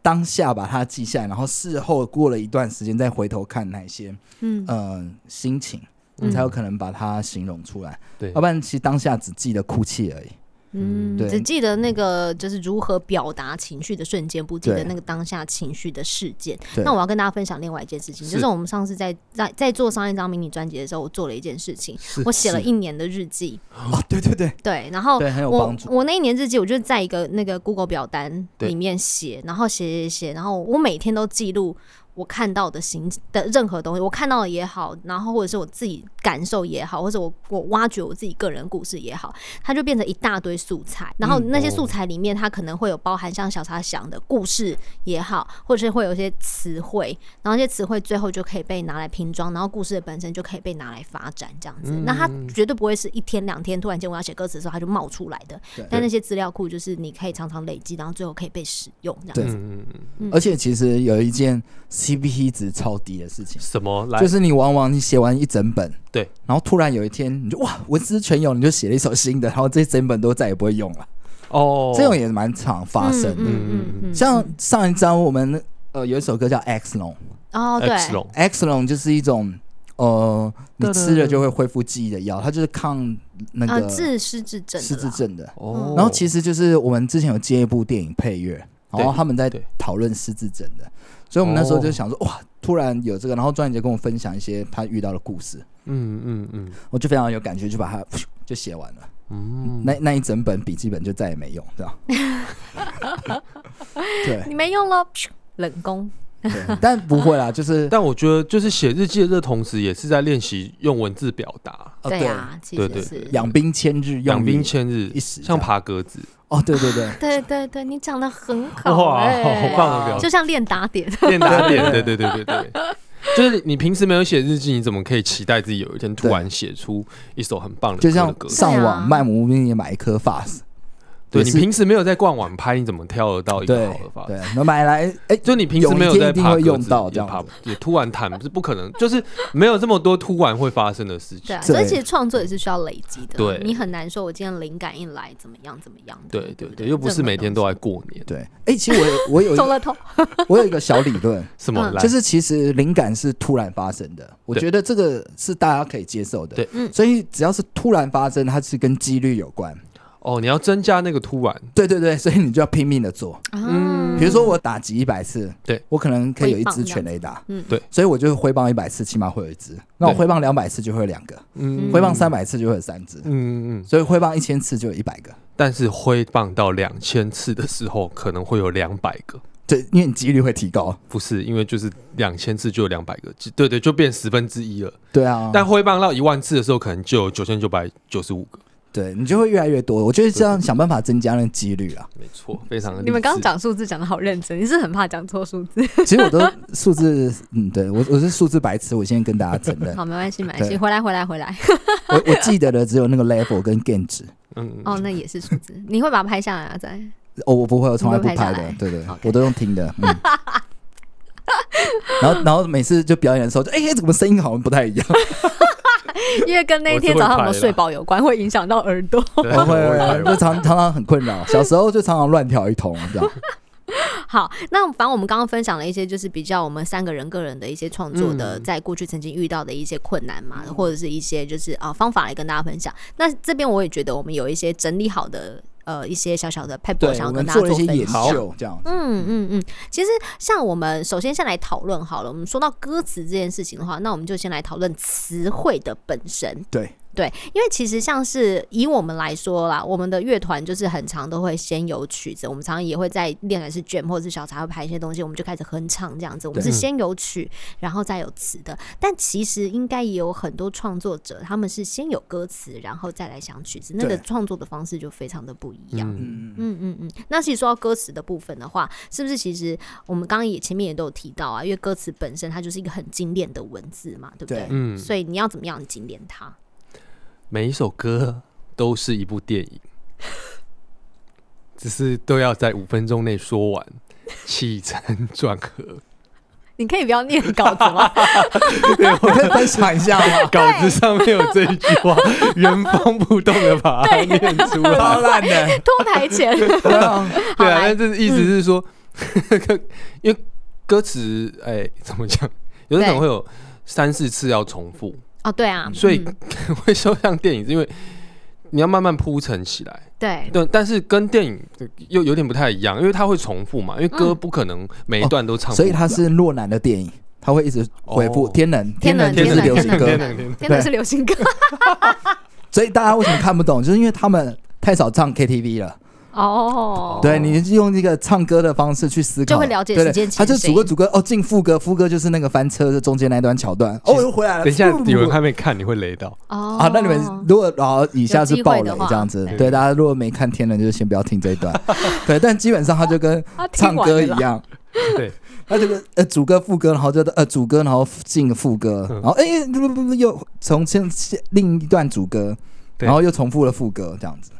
[SPEAKER 2] 当下把它记下来，然后事后过了一段时间再回头看那些
[SPEAKER 3] 嗯
[SPEAKER 2] 呃心情，
[SPEAKER 3] 嗯
[SPEAKER 2] 你才有可能把它形容出来。
[SPEAKER 1] 对
[SPEAKER 2] 要不然其实当下只记得哭泣而已。
[SPEAKER 3] 嗯，
[SPEAKER 2] 对
[SPEAKER 3] 只记得那个就是如何表达情绪的瞬间，不记
[SPEAKER 2] 对
[SPEAKER 3] 得那个当下情绪的事件。
[SPEAKER 2] 对
[SPEAKER 3] 那我要跟大家分享另外一件事情，
[SPEAKER 1] 是
[SPEAKER 3] 就是我们上次在在在做上一张迷你专辑的时候，我做了一件事情，
[SPEAKER 1] 是
[SPEAKER 3] 我写了
[SPEAKER 2] 是
[SPEAKER 3] 一年的日记，
[SPEAKER 2] 哦，对对对，
[SPEAKER 3] 对，然后
[SPEAKER 2] 对，很有
[SPEAKER 3] 我
[SPEAKER 2] 帮助。
[SPEAKER 3] 我那一年日记，我就在一个那个 Google 表单
[SPEAKER 1] 对
[SPEAKER 3] 里面写，然后写写写，然后我每天都记录我看到的行的任何东西，我看到的也好，然后或者是我自己感受也好，或者我我挖掘我自己个人故事也好，它就变成一大堆素材。然后
[SPEAKER 2] 嗯
[SPEAKER 3] 那些
[SPEAKER 1] 哦
[SPEAKER 3] 素材里面，它可能会有包含像小茶想的故事也好，或者是会有一些词汇，然后这些词汇最后就可以被拿来拼装，然后故事的本身就可以被拿来发展这样子。
[SPEAKER 2] 嗯
[SPEAKER 3] 那它绝对不会是一天两天突然间我要写歌词的时候它就冒出来的
[SPEAKER 2] 对，
[SPEAKER 3] 但那些资料库就是你可以常常累积，然后最后可以被使用这样
[SPEAKER 2] 对
[SPEAKER 3] 子。
[SPEAKER 1] 嗯嗯嗯，
[SPEAKER 2] 而且其实有一件 CP 值超低的事情，
[SPEAKER 1] 什么来
[SPEAKER 2] 就？是你往往你写完一整本，
[SPEAKER 1] 对，
[SPEAKER 2] 然后突然有一天你就哇文思泉涌，你就写了一首新的，然后这整本都再也不会用了。
[SPEAKER 1] 哦，
[SPEAKER 2] 这种也蛮常发生的。
[SPEAKER 1] 嗯
[SPEAKER 2] 像上一张我们呃有一首歌叫 X 龙
[SPEAKER 3] 哦对，
[SPEAKER 1] X 龙，
[SPEAKER 2] ，X 龙就是一种呃你
[SPEAKER 1] 对对
[SPEAKER 2] 吃了就会恢复记忆的药，它就是抗那
[SPEAKER 3] 啊
[SPEAKER 2] 个
[SPEAKER 3] 治失智症啊的
[SPEAKER 2] 失智
[SPEAKER 3] 啦，
[SPEAKER 2] 症的。
[SPEAKER 1] 哦，
[SPEAKER 2] 然后其实就是我们之前有接一部电影配乐，然后
[SPEAKER 1] 对
[SPEAKER 2] 他们在
[SPEAKER 1] 对
[SPEAKER 2] 讨论失智症的，所以我们那时候就想说，哇，突然有这个，然后专姐跟我分享一些她遇到的故事，
[SPEAKER 1] 嗯嗯嗯
[SPEAKER 2] 我就非常有感觉，就把它就写完了。
[SPEAKER 1] 嗯，
[SPEAKER 2] 那那一整本笔记本就再也没用，
[SPEAKER 1] [LAUGHS]
[SPEAKER 2] 这样。对
[SPEAKER 3] 你没用了，冷宫。
[SPEAKER 2] 对，但不会
[SPEAKER 3] [LAUGHS]
[SPEAKER 2] 啦，就是
[SPEAKER 1] 但我觉得就是写日记的这同时，也是在练习用文字表达，
[SPEAKER 2] 哦
[SPEAKER 3] 对啊，其
[SPEAKER 1] 对
[SPEAKER 3] 实
[SPEAKER 1] 对
[SPEAKER 3] 是
[SPEAKER 1] 对。
[SPEAKER 2] 养兵千日，用
[SPEAKER 1] 养兵
[SPEAKER 2] 于
[SPEAKER 1] 千日
[SPEAKER 2] 一，时这
[SPEAKER 1] 像
[SPEAKER 2] 样
[SPEAKER 1] 爬格子，
[SPEAKER 2] 哦，对对对，
[SPEAKER 3] 对对对，你讲的很好
[SPEAKER 1] 哇，
[SPEAKER 3] 哎
[SPEAKER 1] 好棒的表
[SPEAKER 3] 就像练打点，
[SPEAKER 1] 练打点，对对对对对。就是你平时没有写日记，你怎么可以期待自己有一天突然写出一首很棒的
[SPEAKER 2] 就
[SPEAKER 1] 歌的
[SPEAKER 2] 像
[SPEAKER 1] 歌词？
[SPEAKER 2] 上
[SPEAKER 3] 对
[SPEAKER 2] 网
[SPEAKER 3] 啊
[SPEAKER 2] 卖无名也买一颗发丝，
[SPEAKER 1] 对
[SPEAKER 2] 也
[SPEAKER 1] 你
[SPEAKER 2] 是
[SPEAKER 1] 平时没有在逛网拍，你怎么挑得到一个
[SPEAKER 2] 对
[SPEAKER 1] 好的发
[SPEAKER 2] 对，那买来哎，
[SPEAKER 1] 就你平时没在
[SPEAKER 2] 有一天一定
[SPEAKER 1] 爬
[SPEAKER 2] 会
[SPEAKER 1] 格子，
[SPEAKER 2] 用到这
[SPEAKER 1] 也
[SPEAKER 2] 样
[SPEAKER 1] 爬也突然弹是不可能，就是没有这么多突然会发生的事
[SPEAKER 3] 对
[SPEAKER 1] 情
[SPEAKER 3] 啊，。所以
[SPEAKER 2] 对
[SPEAKER 3] 其实创作也是需要累积的，
[SPEAKER 1] 对
[SPEAKER 3] 你很难说我今天灵感一来怎么样怎么样的，
[SPEAKER 1] 对对
[SPEAKER 3] 不
[SPEAKER 1] 对，又不是每天都来过年，
[SPEAKER 2] 对，哎，其实我有
[SPEAKER 3] [LAUGHS]
[SPEAKER 2] 我有
[SPEAKER 3] 任何东西
[SPEAKER 2] 一
[SPEAKER 3] 中了头，
[SPEAKER 2] 我有一个小理论，
[SPEAKER 1] 什么
[SPEAKER 3] 嗯
[SPEAKER 1] [LAUGHS] 来
[SPEAKER 2] 就是其实灵感是突然发生的，我
[SPEAKER 1] 对
[SPEAKER 2] 觉得这个是大家可以接受的。
[SPEAKER 1] 对
[SPEAKER 3] 嗯
[SPEAKER 2] 所以只要是突然发生，它是跟几率有关。
[SPEAKER 1] 哦，你要增加那个突然，
[SPEAKER 2] 对对对，所以你就要拼命的做。
[SPEAKER 3] 啊
[SPEAKER 1] 嗯
[SPEAKER 2] 比如说我打击一百次，
[SPEAKER 1] 对
[SPEAKER 2] 我可能可以有
[SPEAKER 3] 挥
[SPEAKER 2] 一
[SPEAKER 3] 棒
[SPEAKER 2] 支全雷打，
[SPEAKER 3] 嗯
[SPEAKER 1] 对，
[SPEAKER 2] 所以我就挥棒一百次，起码会有一支。那我挥棒两百次就会有两个，
[SPEAKER 1] 嗯，
[SPEAKER 2] 挥棒三百次就会有三支，
[SPEAKER 1] 嗯，嗯嗯，
[SPEAKER 2] 所以挥棒一千次就有一百个。
[SPEAKER 1] 但是挥棒到两千次的时候，可能会有两百个，
[SPEAKER 2] 对，因为你几率会提高。
[SPEAKER 1] 不是因为就是两千次就有两百个，就对对，就变十分之一了。
[SPEAKER 2] 对啊，
[SPEAKER 1] 但挥棒到一万次的时候，可能就有九千九百九十五个，
[SPEAKER 2] 对你就会越来越多。我觉得这样想办法增加那个几率啊。
[SPEAKER 1] 没错，非常的
[SPEAKER 3] 你们刚刚
[SPEAKER 1] 讲
[SPEAKER 3] 讲数字讲的好认真，你是很怕讲错数
[SPEAKER 1] [LAUGHS]
[SPEAKER 3] 字？
[SPEAKER 2] 其实我都数字，嗯，对我我是数字白痴，我现在跟大家承 [LAUGHS] 认。
[SPEAKER 3] 好，没关系，没关系，
[SPEAKER 2] 对
[SPEAKER 3] 回来回来回来。
[SPEAKER 2] 我我记得的只有那个 level 跟 gain 值。
[SPEAKER 1] 嗯，
[SPEAKER 3] 哦，那也是数字，你会把它拍下来啊？再
[SPEAKER 2] 哦，我不会，我从来不拍
[SPEAKER 3] 你不会
[SPEAKER 2] 的
[SPEAKER 3] 拍下来，
[SPEAKER 2] 对对，
[SPEAKER 3] OK
[SPEAKER 2] 我都用听的。嗯 [LAUGHS] 然后，然后每次就表演的时候，就哎、怎么声音好像不太一样？
[SPEAKER 3] 因为跟那一天早上有没有睡饱有关，会影响到耳朵。
[SPEAKER 1] 对
[SPEAKER 2] 会会
[SPEAKER 1] 我
[SPEAKER 2] 会，就常常常很困扰。小时候就常常乱挑一通
[SPEAKER 3] [LAUGHS]
[SPEAKER 2] 这样。
[SPEAKER 3] 好，那反正我们刚刚分享了一些，就是比较我们三个人个人的一些创作的，
[SPEAKER 2] 嗯
[SPEAKER 3] 在过去曾经遇到的一些困难嘛，或者是一些就是啊、呃方法来跟大家分享。那这边我也觉得我们有一些整理好的呃一些小小的 paper
[SPEAKER 2] 对，
[SPEAKER 3] 想要
[SPEAKER 2] 我们
[SPEAKER 3] 跟大家
[SPEAKER 2] 做了一些
[SPEAKER 3] 分
[SPEAKER 2] 研
[SPEAKER 3] 享。
[SPEAKER 2] 究，这样。
[SPEAKER 3] 嗯嗯嗯，其实像我们首先先来讨论好了，我们说到歌词这件事情的话，那我们就先来讨论词汇的本身。
[SPEAKER 2] 对
[SPEAKER 3] 对，因为其实像是以我们来说啦，我们的乐团就是很常都会先有曲子，我们常常也会在练的是卷或者是小茶会排一些东西，我们就开始哼唱这样子。我们是
[SPEAKER 1] 对
[SPEAKER 3] 先有曲，然后再有词的。但其实应该也有很多创作者，他们是先有歌词，然后再来想曲子，那个
[SPEAKER 2] 对
[SPEAKER 3] 创作的方式就非常的不一样。
[SPEAKER 1] [LAUGHS] 嗯
[SPEAKER 2] [LAUGHS] 嗯，
[SPEAKER 3] 嗯嗯嗯，那其实说到歌词的部分的话，是不是其实我们刚刚也前面也都有提到啊，因为歌词本身它就是一个很精炼的文字嘛，对不对？
[SPEAKER 2] 对
[SPEAKER 1] 嗯，
[SPEAKER 3] 所以你要怎么样精炼它？
[SPEAKER 1] 每一首歌都是一部电影，只是都要在五分钟内说完，起承转合。？
[SPEAKER 3] 你可以不要念稿子吗？
[SPEAKER 2] 我可以分享一下吗
[SPEAKER 1] [LAUGHS] 稿子上面有这一句话，原封不动的把它念出来。
[SPEAKER 2] 超烂
[SPEAKER 1] [LAUGHS]
[SPEAKER 2] 的，
[SPEAKER 3] 脱台前，
[SPEAKER 2] 对啊
[SPEAKER 1] 对啊，
[SPEAKER 3] 好来
[SPEAKER 1] 但这意思是说， [LAUGHS] 因为歌词哎、怎么讲，有时候可能会有三四次要重复， [LAUGHS]
[SPEAKER 3] 哦，对啊，
[SPEAKER 1] 所以
[SPEAKER 3] 嗯、
[SPEAKER 1] 会说像电影，是因为你要慢慢铺陈起来。
[SPEAKER 3] 对
[SPEAKER 1] 对，但是跟电影又有点不太一样，因为它会重复嘛，因为歌
[SPEAKER 3] 嗯
[SPEAKER 1] 不可能每一段都唱不完、
[SPEAKER 2] 哦所以它是诺兰的电影，他会一直回复
[SPEAKER 1] 哦
[SPEAKER 2] 天能，
[SPEAKER 3] 天能
[SPEAKER 2] 能
[SPEAKER 1] 天
[SPEAKER 2] 就是
[SPEAKER 1] 能
[SPEAKER 2] 流行
[SPEAKER 1] 天
[SPEAKER 2] 歌，
[SPEAKER 1] 能天能
[SPEAKER 3] 真的是流行歌
[SPEAKER 2] 所以大家为什么看不懂，就是因为他们太少唱 KTV 了。
[SPEAKER 3] 哦。
[SPEAKER 2] 对，你是用这个唱歌的方式去思考，
[SPEAKER 3] 就会了解
[SPEAKER 2] 对
[SPEAKER 3] 时间
[SPEAKER 2] 他就
[SPEAKER 3] 情
[SPEAKER 2] 主歌
[SPEAKER 3] 形
[SPEAKER 2] 主歌哦，进副歌，副歌就是那个翻车的中间那一段桥段。哦，
[SPEAKER 1] 其实
[SPEAKER 2] 又回来了。
[SPEAKER 1] 等一下
[SPEAKER 2] 不
[SPEAKER 1] 有人还没看，你会雷到。
[SPEAKER 3] 哦，
[SPEAKER 2] 啊，那你们如果然后以下是
[SPEAKER 3] 有机
[SPEAKER 2] 暴
[SPEAKER 3] 会
[SPEAKER 2] 雷
[SPEAKER 3] 的话
[SPEAKER 2] 这样子
[SPEAKER 3] 对，
[SPEAKER 2] 对大家如果没看天人，就是先不要听这
[SPEAKER 3] [LAUGHS]
[SPEAKER 2] 一段。对，但基本上他就跟
[SPEAKER 3] 啊听
[SPEAKER 2] 唱
[SPEAKER 3] 完
[SPEAKER 2] 歌
[SPEAKER 3] 了
[SPEAKER 2] 一
[SPEAKER 3] 啦
[SPEAKER 2] 样，
[SPEAKER 1] 对，
[SPEAKER 2] 他这个呃主歌副歌，然后就呃主歌，然后进副歌，
[SPEAKER 1] 嗯
[SPEAKER 2] 然后哎不不不又重新另一段主歌，
[SPEAKER 1] 对
[SPEAKER 2] 然后又重复了副歌这样子。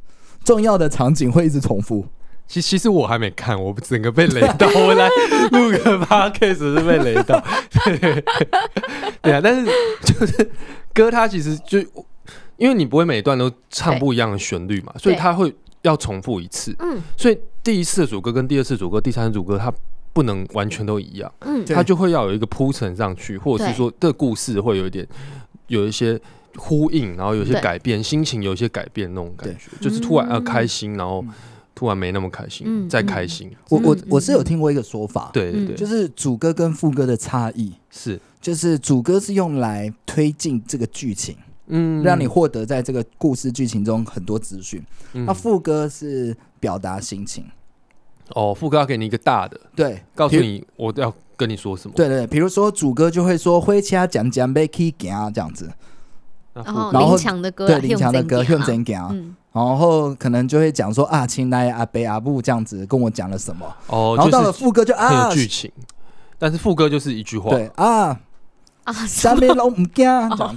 [SPEAKER 2] 重要的场景会一直重复，
[SPEAKER 1] 其其实我还没看，我整个被雷到，我来录个 podcast 是被雷到。对对啊，但是就是歌它其实就因为你不会每一段都唱不一样的旋律嘛，所以它会要重复一次，
[SPEAKER 3] 嗯
[SPEAKER 1] 所以第一次的主歌跟第二次主歌、第三次主歌它不能完全都一样。
[SPEAKER 3] 嗯
[SPEAKER 2] 对
[SPEAKER 1] 它就会要有一个铺陈上去，或者是
[SPEAKER 3] 对
[SPEAKER 1] 说这个故事会有一点有一些呼应，然后有一些
[SPEAKER 3] 对
[SPEAKER 1] 改变，心情有一些改变那种感觉，就是突然呃开心，然后突然没那么开心，
[SPEAKER 3] 嗯
[SPEAKER 1] 再开心，
[SPEAKER 2] 我我
[SPEAKER 3] 嗯
[SPEAKER 2] 我是
[SPEAKER 3] 嗯
[SPEAKER 2] 有听过一个说法，，
[SPEAKER 1] 对对
[SPEAKER 3] 嗯
[SPEAKER 1] 对，
[SPEAKER 2] 就是主歌跟副歌的差异，
[SPEAKER 1] 是
[SPEAKER 2] 就是主歌是用来推进这个剧情，
[SPEAKER 1] 嗯
[SPEAKER 2] 让你获得在这个故事剧情中很多资讯。
[SPEAKER 1] 嗯
[SPEAKER 2] 那副歌是表达心情，
[SPEAKER 1] 哦副歌要给你一个大的，
[SPEAKER 2] 对，
[SPEAKER 1] 告诉
[SPEAKER 2] 比如。
[SPEAKER 1] 你我要跟你说什么，
[SPEAKER 2] 对对，对比如说主歌就会说“挥掐讲讲被 k 行啊”这样子，
[SPEAKER 1] 那
[SPEAKER 3] 然
[SPEAKER 1] 副
[SPEAKER 3] 后
[SPEAKER 1] 歌
[SPEAKER 2] 然后
[SPEAKER 3] 林强的歌啊，
[SPEAKER 2] 对林强的歌
[SPEAKER 3] 用
[SPEAKER 2] 用真行啊，
[SPEAKER 3] 嗯，
[SPEAKER 2] 然后可能就会讲说啊，亲爱阿伯阿布这样子跟我讲了什么，
[SPEAKER 1] 哦
[SPEAKER 2] 然
[SPEAKER 1] 就
[SPEAKER 2] 后到了
[SPEAKER 1] 是
[SPEAKER 2] 副歌就
[SPEAKER 1] 很
[SPEAKER 2] 啊
[SPEAKER 1] 有，剧情，但是副歌就是一句话，
[SPEAKER 2] 对啊，
[SPEAKER 3] 啊，
[SPEAKER 2] 三杯龙唔惊这 样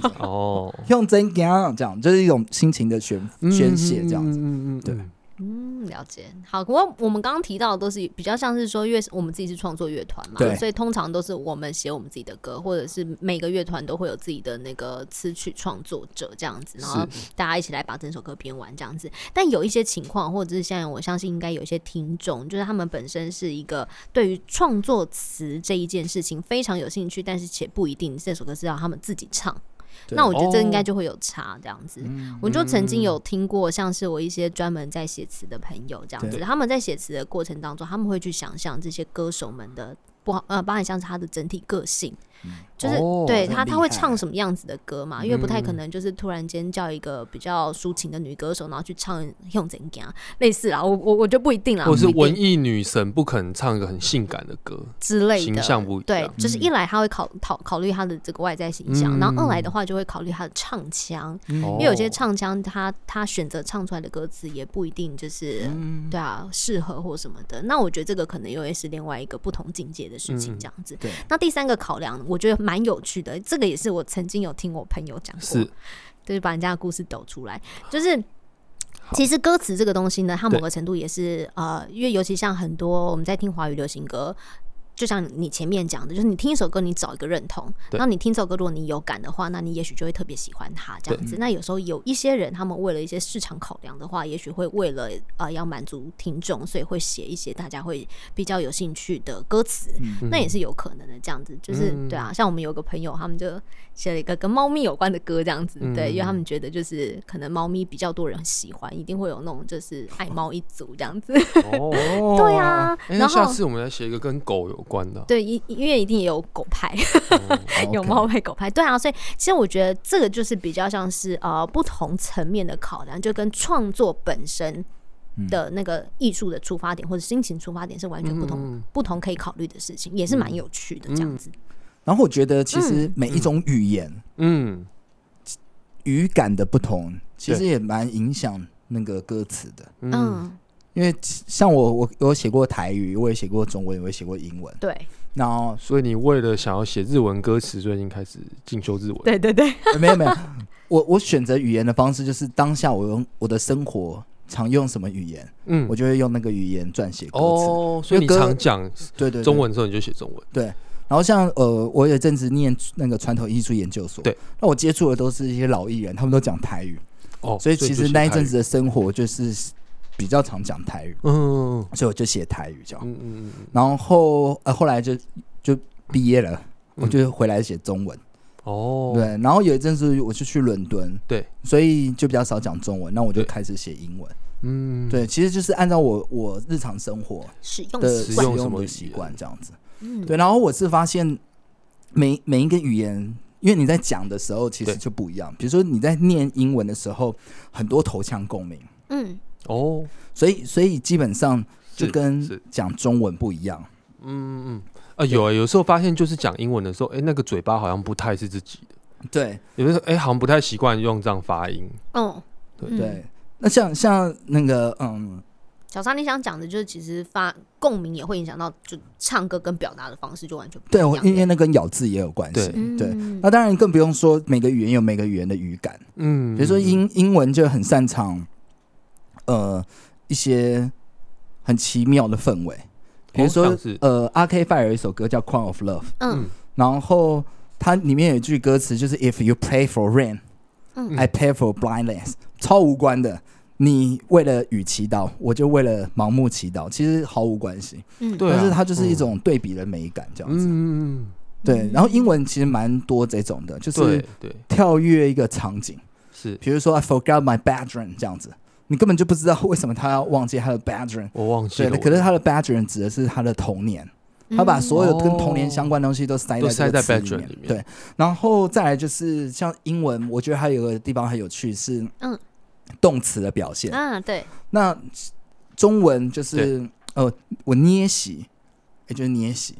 [SPEAKER 3] [LAUGHS]
[SPEAKER 2] 子，
[SPEAKER 1] 哦
[SPEAKER 2] 用真行这样，就是一种心情的宣宣泄这样子，
[SPEAKER 1] 嗯嗯嗯嗯嗯
[SPEAKER 2] 对
[SPEAKER 1] 嗯
[SPEAKER 3] 嗯，了解。好，我我们刚刚提到的都是比较像是说乐，我们自己是创作乐团嘛，
[SPEAKER 2] 对
[SPEAKER 3] 所以通常都是我们写我们自己的歌，或者是每个乐团都会有自己的那个词曲创作者这样子，然后大家一起来把整首歌编完这样子。但有一些情况，或者是像我相信应该有一些听众，就是他们本身是一个对于创作词这一件事情非常有兴趣，但是且不一定这首歌是让他们自己唱。
[SPEAKER 2] 对
[SPEAKER 3] 那我觉得这应该
[SPEAKER 1] 哦
[SPEAKER 3] 就会有差这样子。
[SPEAKER 1] 嗯
[SPEAKER 3] 我就曾经有听过，像是我一些专门在写词的朋友这样子，
[SPEAKER 2] 对
[SPEAKER 3] 他们在写词的过程当中，他们会去想象这些歌手们的不好，呃，包含像是他的整体个性，就是、
[SPEAKER 1] 哦
[SPEAKER 3] 对
[SPEAKER 2] 这
[SPEAKER 3] 他
[SPEAKER 2] 厉
[SPEAKER 3] 他会
[SPEAKER 2] 害
[SPEAKER 3] 唱什么样子的歌嘛，因为不太可
[SPEAKER 1] 嗯
[SPEAKER 3] 能就是突然间叫一个比较抒情的女歌手，然后去唱《用怎样》类似啦，我我我就不一定啦，
[SPEAKER 1] 或者是
[SPEAKER 3] 不一定
[SPEAKER 1] 文艺女神不肯唱一个很性感的歌，
[SPEAKER 3] 之类的，
[SPEAKER 1] 形象不一
[SPEAKER 3] 对
[SPEAKER 1] 样，
[SPEAKER 3] 就是一来他会考考考虑他的这个外在形象，
[SPEAKER 1] 嗯
[SPEAKER 3] 然后二来的话就会考虑他的唱腔，
[SPEAKER 1] 因
[SPEAKER 2] 嗯
[SPEAKER 3] 因为
[SPEAKER 2] 哦
[SPEAKER 3] 有些唱腔他他选择唱出来的歌词也不一定就是、
[SPEAKER 2] 嗯
[SPEAKER 3] 对啊适合或什么的。那我觉得这个可能又会是另外一个不同境界的事情，
[SPEAKER 1] 嗯
[SPEAKER 3] 这样子。
[SPEAKER 2] 对
[SPEAKER 3] 那第三个考量，我觉得蛮有趣的，这个也是我曾经有听我朋友讲过，
[SPEAKER 1] 是
[SPEAKER 3] 就是把人家的故事抖出来，就是。
[SPEAKER 1] 好
[SPEAKER 3] 其实歌词这个东西呢，它某
[SPEAKER 1] 对
[SPEAKER 3] 个程度也是呃，因为尤其像很多我们在听华语流行歌，就像你前面讲的，就是你听一首歌，你找一个认同，
[SPEAKER 1] 对
[SPEAKER 3] 然后你听这首歌，如果你有感的话，那你也许就会特别喜欢它这样子。那有时候有一些人，他们为了一些市场考量的话，也许会为了呃要满足听众，所以会写一些大家会比较有兴趣的歌词，那也是有可能的。这样子就是、
[SPEAKER 1] 嗯
[SPEAKER 3] 对啊，像我们有个朋友，他们就写了一个跟猫咪有关的歌，这样子，对，因为他们觉得就是可能猫咪比较多人喜欢，一定会有那种就是爱猫一族这样子。 [LAUGHS]
[SPEAKER 1] 哦，
[SPEAKER 2] 哦
[SPEAKER 3] 对，啊，
[SPEAKER 1] 哎
[SPEAKER 3] 然
[SPEAKER 1] 那
[SPEAKER 3] 后
[SPEAKER 1] 下次我们来写一个跟狗有关的，
[SPEAKER 3] 对，因因为一定也有狗派， [LAUGHS] 有猫派、狗派，对啊，所以其实我觉得这个就是比较像是呃不同层面的考量，就跟创作本身的那个艺术的出发点或者心情出发点是完全不同、
[SPEAKER 1] 嗯
[SPEAKER 3] 不同可以考虑的事情，也是蛮有趣的这样子。
[SPEAKER 2] 然后我觉得其
[SPEAKER 3] 嗯
[SPEAKER 2] 实每一种语言、
[SPEAKER 1] 嗯，
[SPEAKER 2] 语感的不同，其实也蛮影响那个歌词的。
[SPEAKER 3] 嗯，
[SPEAKER 2] 因为像我，我我有写过台语，我也写过中文，我也写过英文。
[SPEAKER 3] 对，
[SPEAKER 2] 然后
[SPEAKER 1] 所以你为了想要写日文歌词，所以已经开始进修日文。
[SPEAKER 3] 对对 [LAUGHS] 对，
[SPEAKER 2] 呃没有
[SPEAKER 1] [LAUGHS]
[SPEAKER 2] 没有，我我选择语言的方式就是当下我用我的生活常用什么语言，
[SPEAKER 1] 嗯
[SPEAKER 2] 我，就会用那个语言撰写歌词。
[SPEAKER 1] 哦，所以你
[SPEAKER 2] 因为歌
[SPEAKER 1] 常讲
[SPEAKER 2] 对对对
[SPEAKER 1] 中文的时候，你就写中文。
[SPEAKER 2] 然后像呃，我有一阵子念那个传统艺术研究所，
[SPEAKER 1] 对，
[SPEAKER 2] 那我接触的都是一些老艺人，他们都讲台语，
[SPEAKER 1] 哦，
[SPEAKER 2] 所以其实那一阵
[SPEAKER 1] 子，
[SPEAKER 2] 子的生活就是比较常讲台语，
[SPEAKER 1] 嗯嗯
[SPEAKER 2] 所以我就写台语这样。
[SPEAKER 1] 嗯嗯嗯，
[SPEAKER 2] 然后呃，后来就就毕业了，我就回来写中文，
[SPEAKER 1] 嗯哦，
[SPEAKER 2] 对。然后有一阵子我就去伦敦，
[SPEAKER 1] 对，
[SPEAKER 2] 所以就比较少讲中文，那我就
[SPEAKER 1] 对
[SPEAKER 2] 开始写英文，
[SPEAKER 1] 嗯，
[SPEAKER 2] 对。其实就是按照我我日常生活
[SPEAKER 3] 使用
[SPEAKER 2] 的
[SPEAKER 3] 习
[SPEAKER 2] 使
[SPEAKER 1] 惯
[SPEAKER 3] 惯，
[SPEAKER 1] 用什么语
[SPEAKER 2] 的
[SPEAKER 1] 言
[SPEAKER 2] 习惯这样子。
[SPEAKER 3] 嗯，
[SPEAKER 2] 对，然后我是发现每每一个语言，因为你在讲的时候其实
[SPEAKER 1] 对
[SPEAKER 2] 就不一样。比如说你在念英文的时候，很多头腔共鸣，
[SPEAKER 3] 嗯，
[SPEAKER 1] 哦，
[SPEAKER 2] 所以所以基本上就是跟
[SPEAKER 1] 是
[SPEAKER 2] 讲中文不一样。
[SPEAKER 1] 嗯嗯嗯，啊，有啊，有时候发现就是讲英文的时候，哎，那个嘴巴好像不太是自己的，
[SPEAKER 2] 对
[SPEAKER 1] 有的时候哎，好像不太习惯用这样发音。
[SPEAKER 3] 哦，
[SPEAKER 1] 对
[SPEAKER 3] 嗯
[SPEAKER 2] 对，，那像像那个嗯，
[SPEAKER 3] 小沙，你想讲的就是其实发共鸣也会影响到就唱歌跟表达的方式就完全不一
[SPEAKER 2] 对，
[SPEAKER 3] 样
[SPEAKER 2] 我
[SPEAKER 3] 了。
[SPEAKER 2] 因为那跟咬字也有关系。
[SPEAKER 1] 对
[SPEAKER 3] 嗯
[SPEAKER 2] 对那当然更不用说每个语言有每个语言的语感，
[SPEAKER 1] 嗯，
[SPEAKER 2] 比如说英英文就很擅长呃一些很奇妙的氛围。比如
[SPEAKER 1] 哦
[SPEAKER 2] 说
[SPEAKER 1] 像是，
[SPEAKER 2] 呃，R K Fire 有一首歌叫《Crown of Love》，
[SPEAKER 3] 嗯
[SPEAKER 2] 然后它里面有一句歌词就是 “If you pray for rain,
[SPEAKER 3] 嗯
[SPEAKER 2] I pray for blindness”，、超无关的。你为了雨祈祷，我就为了盲目祈祷，其实毫无关系。
[SPEAKER 3] 嗯，
[SPEAKER 1] 对啊
[SPEAKER 2] 但是它就是一种对比的美感，这样子。
[SPEAKER 1] 嗯嗯
[SPEAKER 2] 对，然后英文其实蛮多这种的，就
[SPEAKER 1] 嗯，
[SPEAKER 2] 是
[SPEAKER 1] 对对
[SPEAKER 2] 跳跃一个场景，
[SPEAKER 1] 是。
[SPEAKER 2] 比如说 “I forgot my bedroom” 这样子，你根本就不知道为什么他要忘记他的 bedroom。
[SPEAKER 1] 我忘记
[SPEAKER 2] 对，
[SPEAKER 1] 了我，
[SPEAKER 2] 可是他的 bedroom 指的是他的童年。他
[SPEAKER 3] 嗯
[SPEAKER 2] 把所有跟童年相关的东西都塞
[SPEAKER 1] 哦都
[SPEAKER 2] 在
[SPEAKER 1] 塞
[SPEAKER 2] 这
[SPEAKER 1] 在
[SPEAKER 2] 个词
[SPEAKER 1] bedroom 里面
[SPEAKER 2] 对，然后再来就是像英文，我觉得还有个地方很有趣是，
[SPEAKER 3] 嗯
[SPEAKER 2] 动词的表现。
[SPEAKER 3] 啊，对，
[SPEAKER 2] 那中文就是呃，我捏洗，也就是捏洗，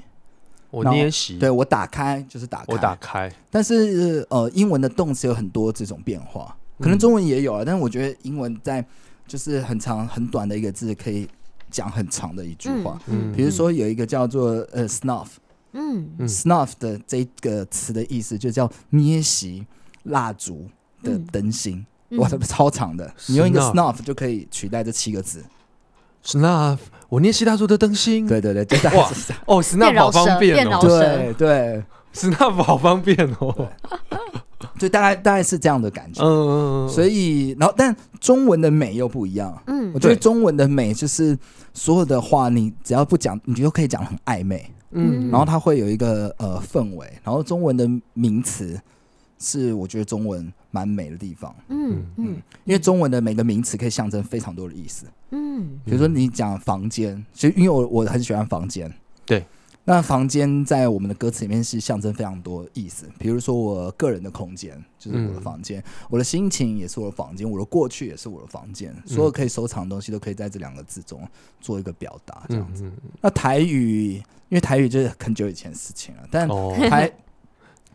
[SPEAKER 1] 我
[SPEAKER 2] 然后
[SPEAKER 1] 捏洗，
[SPEAKER 2] 对我打开就是打开，
[SPEAKER 1] 我打。开，
[SPEAKER 2] 但是呃，英文的动词有很多这种变化，可
[SPEAKER 1] 嗯
[SPEAKER 2] 能中文也有啊，但是我觉得英文在就是很长很短的一个字可以讲很长的一句话。
[SPEAKER 1] 嗯
[SPEAKER 2] 比如说有一个叫做呃 snuff，
[SPEAKER 3] 嗯，
[SPEAKER 1] 嗯
[SPEAKER 2] snuff 的这个词的意思就叫捏熄蜡烛的灯芯。
[SPEAKER 3] 嗯
[SPEAKER 2] 哇，它超长的，你用一个
[SPEAKER 1] snuff
[SPEAKER 2] snuff 就可以取代这七个字。
[SPEAKER 1] snuff，我捏西大叔的灯芯。
[SPEAKER 2] 对对对，就大
[SPEAKER 1] 哇
[SPEAKER 2] 概是这样。
[SPEAKER 1] 哦
[SPEAKER 3] 变
[SPEAKER 1] ，snuff
[SPEAKER 3] 饶
[SPEAKER 1] 嗯好
[SPEAKER 3] 舌
[SPEAKER 1] 方
[SPEAKER 3] 变
[SPEAKER 1] 便
[SPEAKER 3] 饶
[SPEAKER 1] 哦
[SPEAKER 3] 舌
[SPEAKER 2] 对对，
[SPEAKER 1] ，snuff 好方便
[SPEAKER 2] [LAUGHS]
[SPEAKER 1] 哦。
[SPEAKER 2] 就大概大概是这样的感觉。
[SPEAKER 1] 嗯，
[SPEAKER 2] 所
[SPEAKER 1] 以
[SPEAKER 2] 以，然后但中文的美又不一样。
[SPEAKER 3] 嗯
[SPEAKER 2] 我觉得
[SPEAKER 1] 对
[SPEAKER 2] 中文的美就是所有的话，你只要不讲，你就可以讲得很暧昧，
[SPEAKER 1] 嗯，
[SPEAKER 2] 然后它会有一个呃氛围。然后中文的名词是我觉得中文蛮美的地方。
[SPEAKER 3] 嗯嗯
[SPEAKER 2] 因为中文的每个名词可以象征非常多的意思。
[SPEAKER 3] 嗯
[SPEAKER 2] 比如说你讲房间，其实因为我我很喜欢房间，
[SPEAKER 1] 对，
[SPEAKER 2] 那房间在我们的歌词里面是象征非常多意思。比如说我个人的空间就是
[SPEAKER 1] 嗯
[SPEAKER 2] 我的房间，我的心情也是我的房间，我的过去也是我的房间，
[SPEAKER 1] 嗯
[SPEAKER 2] 所有可以收藏的东西都可以在这两个字中做一个表达。这样子，
[SPEAKER 1] 嗯
[SPEAKER 2] 那台语因为台语就是很久以前的事情了，但
[SPEAKER 1] 嗯
[SPEAKER 2] [LAUGHS]
[SPEAKER 1] 哦， [LAUGHS]
[SPEAKER 2] 台，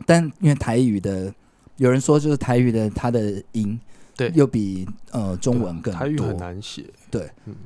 [SPEAKER 2] 但因为台语的，有人说就是台语的它的音，
[SPEAKER 1] 对
[SPEAKER 2] 又比呃中文更
[SPEAKER 1] 台语很
[SPEAKER 2] 多，
[SPEAKER 1] 难写，啊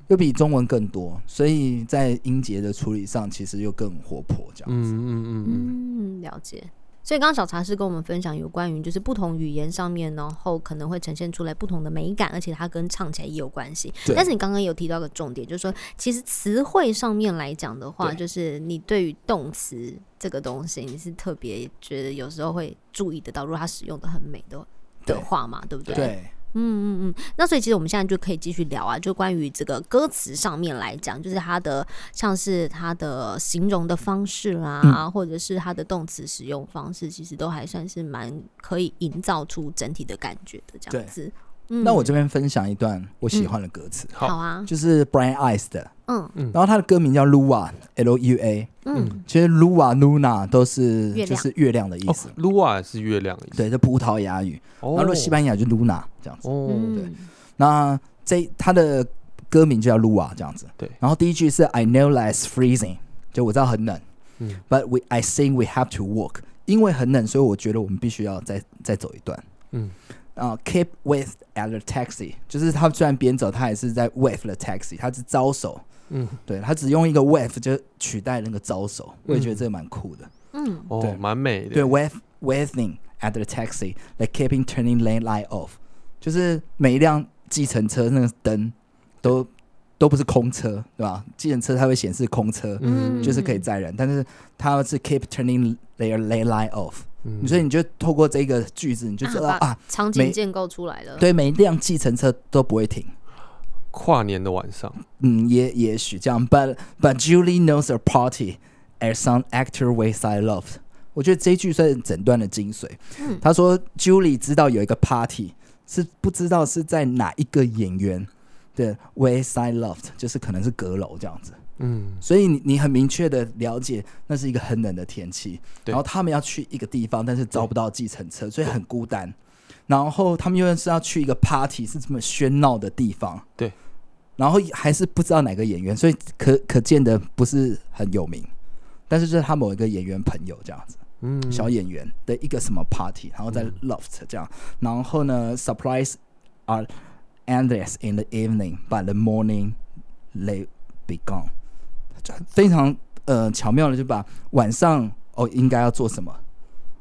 [SPEAKER 2] 又比中文更多，所以在音节的处理上其实又更活泼这样。
[SPEAKER 1] 嗯嗯嗯嗯，
[SPEAKER 3] 嗯，了解。所以刚刚小茶是跟我们分享有关于就是不同语言上面，然后可能会呈现出来不同的美感，而且它跟唱起来也有关系。
[SPEAKER 2] 对
[SPEAKER 3] 但是你刚刚有提到一个重点，就是说其实词汇上面来讲的话，
[SPEAKER 2] 对
[SPEAKER 3] 就是你对于动词这个东西，你是特别觉得有时候会注意得到，如果它使用的很美的
[SPEAKER 2] 对
[SPEAKER 3] 的话嘛，对不对？
[SPEAKER 2] 对，
[SPEAKER 3] 嗯嗯嗯，那所以其实我们现在就可以继续聊啊，就关于这个歌词上面来讲，就是它的像是它的形容的方式啦、
[SPEAKER 2] 嗯
[SPEAKER 3] 或者是它的动词使用方式，其实都还算是蛮可以营造出整体的感觉的这样子。嗯
[SPEAKER 2] 那我这边分享一段我喜欢的歌词，
[SPEAKER 3] 好
[SPEAKER 1] 嗯
[SPEAKER 3] 啊，
[SPEAKER 2] 就是 Brian Ice 的，
[SPEAKER 3] 嗯
[SPEAKER 2] 然后他的歌名叫 Lua，L U A。
[SPEAKER 3] 嗯
[SPEAKER 2] 其实 Lua Luna 都是
[SPEAKER 3] 月亮
[SPEAKER 2] 就是月亮的意
[SPEAKER 1] 哦
[SPEAKER 2] 思，
[SPEAKER 1] ，Lua 是月亮的意思，
[SPEAKER 2] 对，这葡萄牙语。
[SPEAKER 1] 哦
[SPEAKER 2] 然后如果西班牙就 Luna 这样子。
[SPEAKER 1] 哦，
[SPEAKER 3] 嗯，
[SPEAKER 2] 那这他的歌名就叫 Lua 这样子。
[SPEAKER 1] 对
[SPEAKER 2] 然后第一句是 I know that's freezing，就我知道很冷、
[SPEAKER 1] 嗯
[SPEAKER 2] b u t we I think we have to walk，因为很冷，所以我觉得我们必须要再再走一段。
[SPEAKER 1] 嗯
[SPEAKER 2] 啊、k e e p with at the taxi，就是他虽然边走，他也是在 with the taxi，他是招手，
[SPEAKER 1] 嗯，
[SPEAKER 2] 对他只用一个 wave 就取代那个招手，我也觉得这个蛮酷的。
[SPEAKER 3] 嗯
[SPEAKER 1] 哦
[SPEAKER 2] 对，
[SPEAKER 1] 蛮美
[SPEAKER 2] 对
[SPEAKER 1] 的，
[SPEAKER 2] ，wave waving at the taxi, like keeping turning lane light off，就是每一辆计程车那个灯都都不是空车，对吧？计程车它会显示空车，
[SPEAKER 1] 嗯
[SPEAKER 2] 就是可以载人，但是它是 keep turning their lane light off，、
[SPEAKER 1] 嗯
[SPEAKER 2] 所以你就透过这个句子，你就知道
[SPEAKER 3] 啊
[SPEAKER 2] 啊
[SPEAKER 3] 把场景
[SPEAKER 2] 每
[SPEAKER 3] 建构出来了。
[SPEAKER 2] 对，每一辆计程车都不会停。
[SPEAKER 1] 跨年的晚上，
[SPEAKER 2] 嗯，也也许这样，but but Julie knows a party at some actor ways I loved。我觉得这一句算是整段的精髓。
[SPEAKER 3] 嗯
[SPEAKER 2] 他说 Julie 知道有一个 party，是不知道是在哪一个演员的 ways I loved，就是可能是阁楼这样子。
[SPEAKER 1] 嗯，
[SPEAKER 2] 所以你你很明确的了解那是一个很冷的天气，
[SPEAKER 1] 对
[SPEAKER 2] 然后他们要去一个地方，但是招不到计程车，所以很孤单。然后他们又是要去一个 party，是这么喧闹的地方，
[SPEAKER 1] 对。
[SPEAKER 2] 然后还是不知道哪个演员，所以可可见的不是很有名，但是就是他某一个演员朋友这样子，
[SPEAKER 1] 嗯，
[SPEAKER 2] 小演员的一个什么 party，然后在 loft 这样，然后呢，surprise are endless in the evening, but the morning they be gone。非常呃巧妙的就把晚上哦应该要做什么，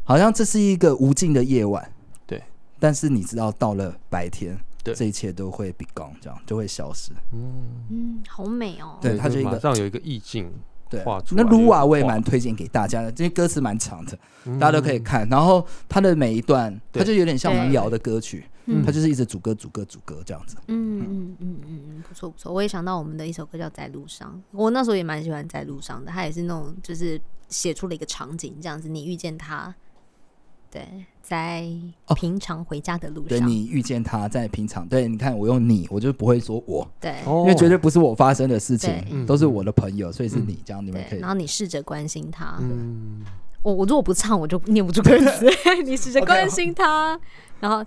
[SPEAKER 2] 好像这是一个无尽的夜晚，
[SPEAKER 1] 对，
[SPEAKER 2] 但是你知道到了白天，
[SPEAKER 1] 对
[SPEAKER 2] 这一切都会 be gone，这样就会消失。
[SPEAKER 3] 嗯，好美哦。
[SPEAKER 2] 对它就一个
[SPEAKER 1] 马上有一个意境，
[SPEAKER 2] 对
[SPEAKER 1] 画，出
[SPEAKER 2] 那
[SPEAKER 1] 来
[SPEAKER 2] 卢
[SPEAKER 1] 有
[SPEAKER 2] 瓦我也
[SPEAKER 1] 画嗯
[SPEAKER 2] 蛮推荐给大家的，这些歌词蛮长的，大家都可以看。然后它的每一段，它
[SPEAKER 1] 对
[SPEAKER 2] 就有点像民
[SPEAKER 3] 对
[SPEAKER 2] 谣的歌曲，
[SPEAKER 3] 嗯
[SPEAKER 2] 它就是一直主歌、主歌、主歌这样子。
[SPEAKER 3] 嗯嗯嗯嗯嗯，不错不错，我也想到我们的一首歌叫《在路上》，我那时候也蛮喜欢《在路上》的，它也是那种就是写出了一个场景，这样子你遇见他，对，在
[SPEAKER 2] 哦
[SPEAKER 3] 平常回家的路
[SPEAKER 2] 对
[SPEAKER 3] 上，
[SPEAKER 2] 你遇见他在平常，对，你看我用你，我就不会说我，
[SPEAKER 3] 对
[SPEAKER 1] 哦，
[SPEAKER 2] 因为绝对不是我发生的事
[SPEAKER 3] 对
[SPEAKER 2] 情，
[SPEAKER 1] 嗯
[SPEAKER 2] 都是我的朋友，所以是你这样，你们可
[SPEAKER 3] 对，
[SPEAKER 2] 以
[SPEAKER 3] 然。后你试着关心他。
[SPEAKER 1] 嗯，
[SPEAKER 3] 我我如果不唱，我就念不出歌
[SPEAKER 2] [LAUGHS]
[SPEAKER 3] 词，你试着
[SPEAKER 2] OK，
[SPEAKER 3] 关
[SPEAKER 2] 好
[SPEAKER 3] 心他，然后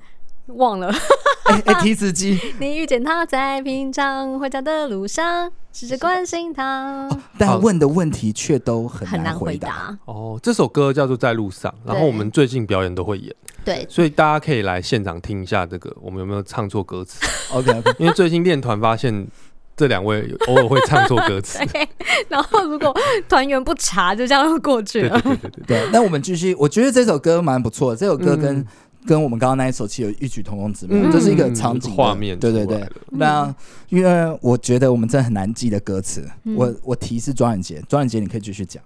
[SPEAKER 3] 忘了 [LAUGHS]
[SPEAKER 2] 哎哎，提词机，
[SPEAKER 3] 你遇见他在平常回家的路上，试着关心他，
[SPEAKER 2] 但问的问题却都哦很
[SPEAKER 3] 很难
[SPEAKER 2] 回
[SPEAKER 3] 回。答。
[SPEAKER 1] 哦，这首歌叫做《在路上》，然后
[SPEAKER 3] 对
[SPEAKER 1] 我们最近表演都会演，
[SPEAKER 3] 对，
[SPEAKER 1] 所以大家可以来现场听一下这个，我们有没有唱错歌词？
[SPEAKER 2] OK OK，
[SPEAKER 1] 因为最近练团发现这两位偶尔会唱错歌词，
[SPEAKER 3] [LAUGHS] 然后如果团员不查，就这样过去
[SPEAKER 1] 对
[SPEAKER 3] 了 [LAUGHS]
[SPEAKER 1] 对。对对对，
[SPEAKER 2] 对，那我们继续，我觉得这首歌蛮不错的，这首歌跟、
[SPEAKER 1] 嗯
[SPEAKER 2] 跟我们刚刚那一首其实有异曲同工之妙，
[SPEAKER 1] 嗯
[SPEAKER 2] 这是一个场景的
[SPEAKER 1] 画面
[SPEAKER 2] 对对
[SPEAKER 1] 出来
[SPEAKER 2] 对
[SPEAKER 1] 了。
[SPEAKER 2] 那因为我觉得我们真的很难记的歌词，
[SPEAKER 3] 嗯
[SPEAKER 2] 我我提示庄远杰，庄远杰你可以继续讲，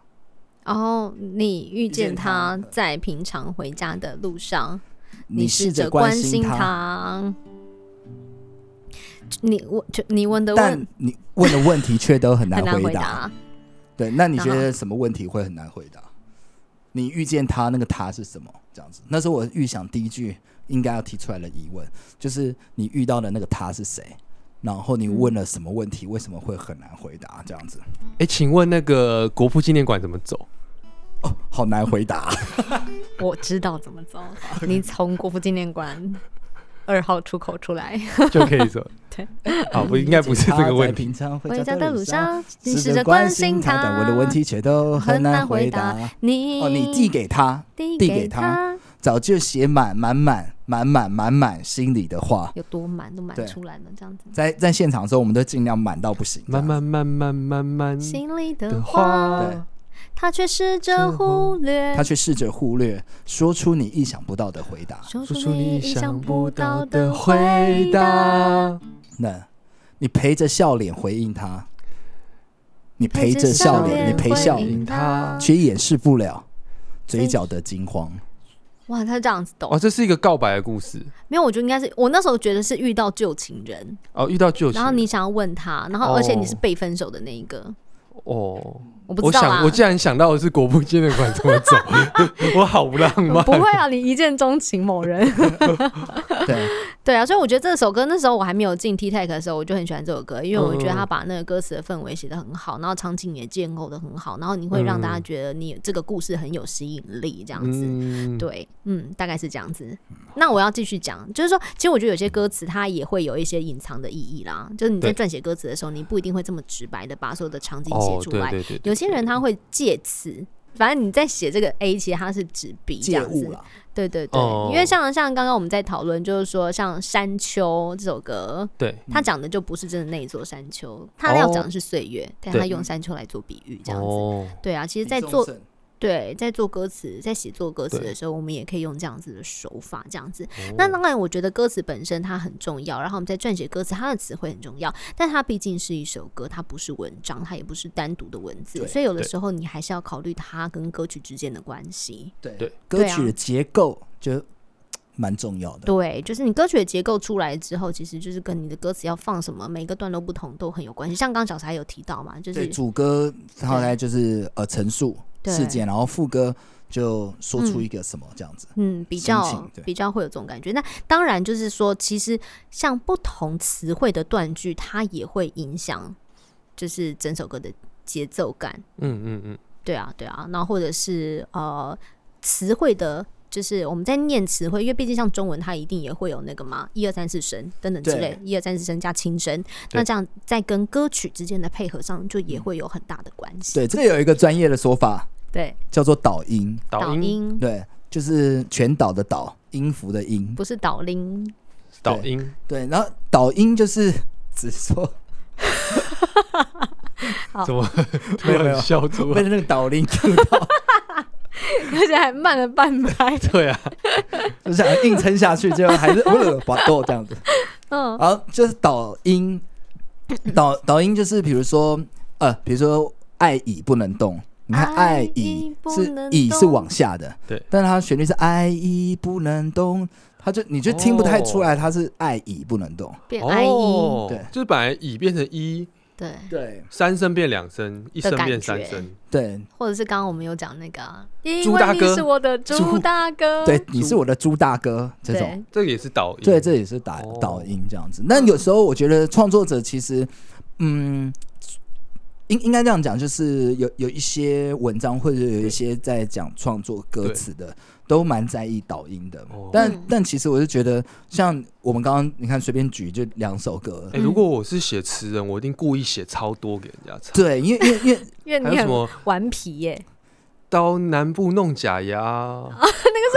[SPEAKER 3] 然后你遇见
[SPEAKER 2] 见
[SPEAKER 3] 他
[SPEAKER 2] 他
[SPEAKER 3] 在平常回家的路上，
[SPEAKER 2] 你
[SPEAKER 3] 试
[SPEAKER 2] 试
[SPEAKER 3] 着
[SPEAKER 2] 着
[SPEAKER 3] 关
[SPEAKER 2] 关
[SPEAKER 3] 心
[SPEAKER 2] 心，
[SPEAKER 3] 他。你问，就你问的
[SPEAKER 2] 但
[SPEAKER 3] 问
[SPEAKER 2] 你问的问题却都很难
[SPEAKER 3] 很难
[SPEAKER 2] 回答。
[SPEAKER 3] 答。
[SPEAKER 2] 对，那你觉
[SPEAKER 3] 然
[SPEAKER 2] 得什么问题会很难回答？你遇见他那个他是什么？这样子，那时候我预想第一句应该要提出来的疑问，就是你遇到的那个他是谁，然后你问了什么问题，为什么会很难回答？这样子，
[SPEAKER 1] 哎，请问那个国父纪念馆怎么走？
[SPEAKER 2] 哦，好难回答。
[SPEAKER 3] 我知道怎么走。你从国父纪念馆二号出口出来，
[SPEAKER 1] 就可以走
[SPEAKER 3] [LAUGHS] 对，
[SPEAKER 1] 好，不应该不是这个
[SPEAKER 2] [LAUGHS]
[SPEAKER 1] 问题。
[SPEAKER 2] 平常
[SPEAKER 3] 回
[SPEAKER 2] 回
[SPEAKER 3] 家
[SPEAKER 2] 家
[SPEAKER 3] 的
[SPEAKER 2] 的
[SPEAKER 3] 路
[SPEAKER 2] 路上，
[SPEAKER 3] 上，你
[SPEAKER 2] 试
[SPEAKER 3] 试着
[SPEAKER 2] 着
[SPEAKER 3] 关
[SPEAKER 2] 关
[SPEAKER 3] 心
[SPEAKER 2] 心
[SPEAKER 3] 他。
[SPEAKER 2] 他，但我的问题却都很难回
[SPEAKER 3] 很
[SPEAKER 2] 答。
[SPEAKER 3] 你
[SPEAKER 2] 哦，你递给他，
[SPEAKER 3] 递
[SPEAKER 2] 递
[SPEAKER 3] 给
[SPEAKER 2] 给他早就写满满满满满满满心里的话，
[SPEAKER 3] 有多满都满
[SPEAKER 2] 对嗯
[SPEAKER 3] 出来了，这样子。
[SPEAKER 2] 在在现场的时候，我们都尽量满到不行。
[SPEAKER 1] 慢慢慢慢慢慢，
[SPEAKER 3] 心里的
[SPEAKER 1] 的
[SPEAKER 3] 话
[SPEAKER 1] 话，
[SPEAKER 3] 他却试着忽略
[SPEAKER 2] 他，却试着忽略，说出你意想不到的回答。
[SPEAKER 3] 说
[SPEAKER 1] 说
[SPEAKER 3] 出
[SPEAKER 1] 出
[SPEAKER 3] 你
[SPEAKER 1] 你
[SPEAKER 3] 意
[SPEAKER 1] 意
[SPEAKER 3] 想
[SPEAKER 1] 想
[SPEAKER 3] 不
[SPEAKER 1] 不
[SPEAKER 3] 到
[SPEAKER 1] 到
[SPEAKER 3] 的
[SPEAKER 1] 的
[SPEAKER 3] 回
[SPEAKER 1] 回
[SPEAKER 3] 答。
[SPEAKER 1] 答。
[SPEAKER 2] 那，你陪着笑脸回应他，你陪
[SPEAKER 3] 着
[SPEAKER 2] 着
[SPEAKER 3] 笑
[SPEAKER 2] 笑
[SPEAKER 3] 脸
[SPEAKER 2] 脸，你陪
[SPEAKER 3] 回
[SPEAKER 2] 笑
[SPEAKER 3] 应
[SPEAKER 2] 脸，
[SPEAKER 1] 他
[SPEAKER 2] 却掩饰不了嘴角的惊慌。
[SPEAKER 3] 哇，他这样子懂
[SPEAKER 1] 哦，，这是一个告白的故事
[SPEAKER 3] 没有，我觉得应该是我那时候觉得是遇到旧情人，
[SPEAKER 1] 哦，遇到旧情
[SPEAKER 3] 然后你想要问他，然后而且你是
[SPEAKER 1] 哦
[SPEAKER 3] 被分手的那一个，
[SPEAKER 1] 哦，
[SPEAKER 3] 我不
[SPEAKER 1] 我
[SPEAKER 3] 知道啦
[SPEAKER 1] 想，我，竟然想到的是国不监的管怎么
[SPEAKER 3] [LAUGHS]
[SPEAKER 1] 走，我好不浪漫。
[SPEAKER 3] 不会啊，你一见钟情某人，
[SPEAKER 2] 对，
[SPEAKER 3] 对啊，所以我觉得这首歌那时候我还没有进 T Tech 的时候，我就很喜欢这首歌，因为我觉得他把那个歌词的氛围写得很好，然后场景也建构的很好，然后你会让大家觉得你这个故事很有吸引力，这样子。
[SPEAKER 1] 嗯，
[SPEAKER 3] 对，嗯，大概是这样子。那我要继续讲，就是说，其实我觉得有些歌词它也会有一些隐藏的意义啦。就是你在
[SPEAKER 1] 嗯对
[SPEAKER 3] 撰写歌词的时候，你不一定会这么直白的把所有的场景写
[SPEAKER 1] 哦，
[SPEAKER 3] 出
[SPEAKER 1] 对
[SPEAKER 3] 来。
[SPEAKER 1] 对对，对
[SPEAKER 3] 有些人他会借此，反正你在写这个 A，其实他是纸笔这
[SPEAKER 2] 借
[SPEAKER 3] 样子
[SPEAKER 2] 物。了，
[SPEAKER 3] 对对对，
[SPEAKER 1] 哦
[SPEAKER 3] 因为像像刚刚我们在讨论，就是说像《山丘》这首歌，
[SPEAKER 1] 对
[SPEAKER 3] 他讲的就不是真的那一座山丘，他要讲的是岁月，但他
[SPEAKER 1] 哦对
[SPEAKER 3] 用山丘来做比喻，这样子。
[SPEAKER 1] 哦，
[SPEAKER 3] 对啊，其实，在做对，在做歌词，在写作歌词的时候，我们也可以用这样子的手法，这样子。那当然，我觉得歌词本身它很重要，然后我们在撰写歌词，它的词汇很重要，但它毕竟是一首歌，它不是文章，它也不是单独的文字，
[SPEAKER 2] 对
[SPEAKER 3] 所以有的
[SPEAKER 1] 对
[SPEAKER 3] 时候你还是要考虑它跟歌曲之间的关系。
[SPEAKER 2] 对
[SPEAKER 1] 对
[SPEAKER 2] 歌曲的结构就蛮重要的。
[SPEAKER 3] 对，就是你歌曲的结构出来之后，其实就是跟你的歌词要放什么，每个段落不同都很有关系。像刚刚小才有提到嘛，就是
[SPEAKER 2] 对，主歌大概就是呃陈述
[SPEAKER 3] 对
[SPEAKER 2] 事件，然后副歌就说出一个什么这样子。
[SPEAKER 3] 嗯，比
[SPEAKER 2] 心
[SPEAKER 3] 较
[SPEAKER 2] 情对
[SPEAKER 3] 比较会有这种感觉。那当然就是说，其实像不同词汇的断句，它也会影响，就是整首歌的节奏感。
[SPEAKER 1] 嗯嗯嗯，
[SPEAKER 3] 对啊，对啊。那或者是呃，词汇的，就是我们在念词汇，因为毕竟像中文，它一定也会有那个嘛，一二三四声等等之类
[SPEAKER 2] 对，
[SPEAKER 3] 一二三四声加轻声。那
[SPEAKER 1] 对
[SPEAKER 3] 这样在跟歌曲之间的配合上，就
[SPEAKER 2] 嗯
[SPEAKER 3] 也会有很大的关系。
[SPEAKER 2] 对，这个有一个专业的说法
[SPEAKER 3] 对，
[SPEAKER 2] 叫做导音，
[SPEAKER 3] 导
[SPEAKER 1] 导音
[SPEAKER 3] 音
[SPEAKER 2] 对，就是全导的导，音符的音。
[SPEAKER 3] 不是导音， [LAUGHS]
[SPEAKER 1] 导
[SPEAKER 2] [LAUGHS]
[SPEAKER 1] 音，
[SPEAKER 2] 对，然后导音就是只说
[SPEAKER 1] 怎么突
[SPEAKER 2] 没有没
[SPEAKER 1] 然
[SPEAKER 2] 有
[SPEAKER 1] 笑出
[SPEAKER 2] [LAUGHS] 被
[SPEAKER 1] 来？
[SPEAKER 2] 那个导音 Q 到，
[SPEAKER 3] 而且还慢了半拍。
[SPEAKER 1] 对啊，
[SPEAKER 2] 就想硬撑下去，结果还是呃把豆这样子。
[SPEAKER 3] 嗯，
[SPEAKER 2] 然后就是导音，导导音就是比如说呃，比如说爱已不能动。你看，
[SPEAKER 3] 爱
[SPEAKER 2] 爱
[SPEAKER 3] 已
[SPEAKER 2] 已
[SPEAKER 3] 不
[SPEAKER 2] 是
[SPEAKER 3] 能
[SPEAKER 2] 已是
[SPEAKER 3] 动
[SPEAKER 2] 往下的，
[SPEAKER 1] 对
[SPEAKER 2] 但它旋律是爱已不能动，它就你就听不太出来它是爱已不能动。
[SPEAKER 3] 变 I 一，
[SPEAKER 1] 哦，
[SPEAKER 2] 对
[SPEAKER 1] 就是本来乙变成一，
[SPEAKER 3] 对，
[SPEAKER 2] 对
[SPEAKER 1] 三声变两声，一声变三
[SPEAKER 3] 的感
[SPEAKER 1] 声，
[SPEAKER 2] 对
[SPEAKER 3] 或者是刚刚我们有讲那个啊，因
[SPEAKER 1] 猪
[SPEAKER 3] 为
[SPEAKER 1] 大
[SPEAKER 3] 你
[SPEAKER 1] 哥
[SPEAKER 3] 是我的猪
[SPEAKER 2] 猪
[SPEAKER 3] 大哥，
[SPEAKER 2] 对，你是我的猪大哥这种。
[SPEAKER 3] 对，
[SPEAKER 1] 这个也是导音。
[SPEAKER 2] 对，这也是打
[SPEAKER 1] 哦
[SPEAKER 2] 导音这样子。那有时候我觉得创作者其实，嗯，应应该这样讲，就是有有一些文章或者有一些在讲创作歌词的，都蛮在意导音的
[SPEAKER 1] 哦。
[SPEAKER 2] 但
[SPEAKER 3] 嗯
[SPEAKER 2] 但其实我就觉得，像我们刚刚你看随便举就两首歌
[SPEAKER 1] 哎，，如果我是写词人，我一定故意写超多给人家唱。
[SPEAKER 2] 对，因为因为因为
[SPEAKER 3] 因为
[SPEAKER 1] 还
[SPEAKER 3] [LAUGHS] 你
[SPEAKER 1] 有什
[SPEAKER 3] 很
[SPEAKER 1] 么
[SPEAKER 3] 顽皮耶，
[SPEAKER 1] 到南部弄假
[SPEAKER 3] [LAUGHS]
[SPEAKER 1] 牙？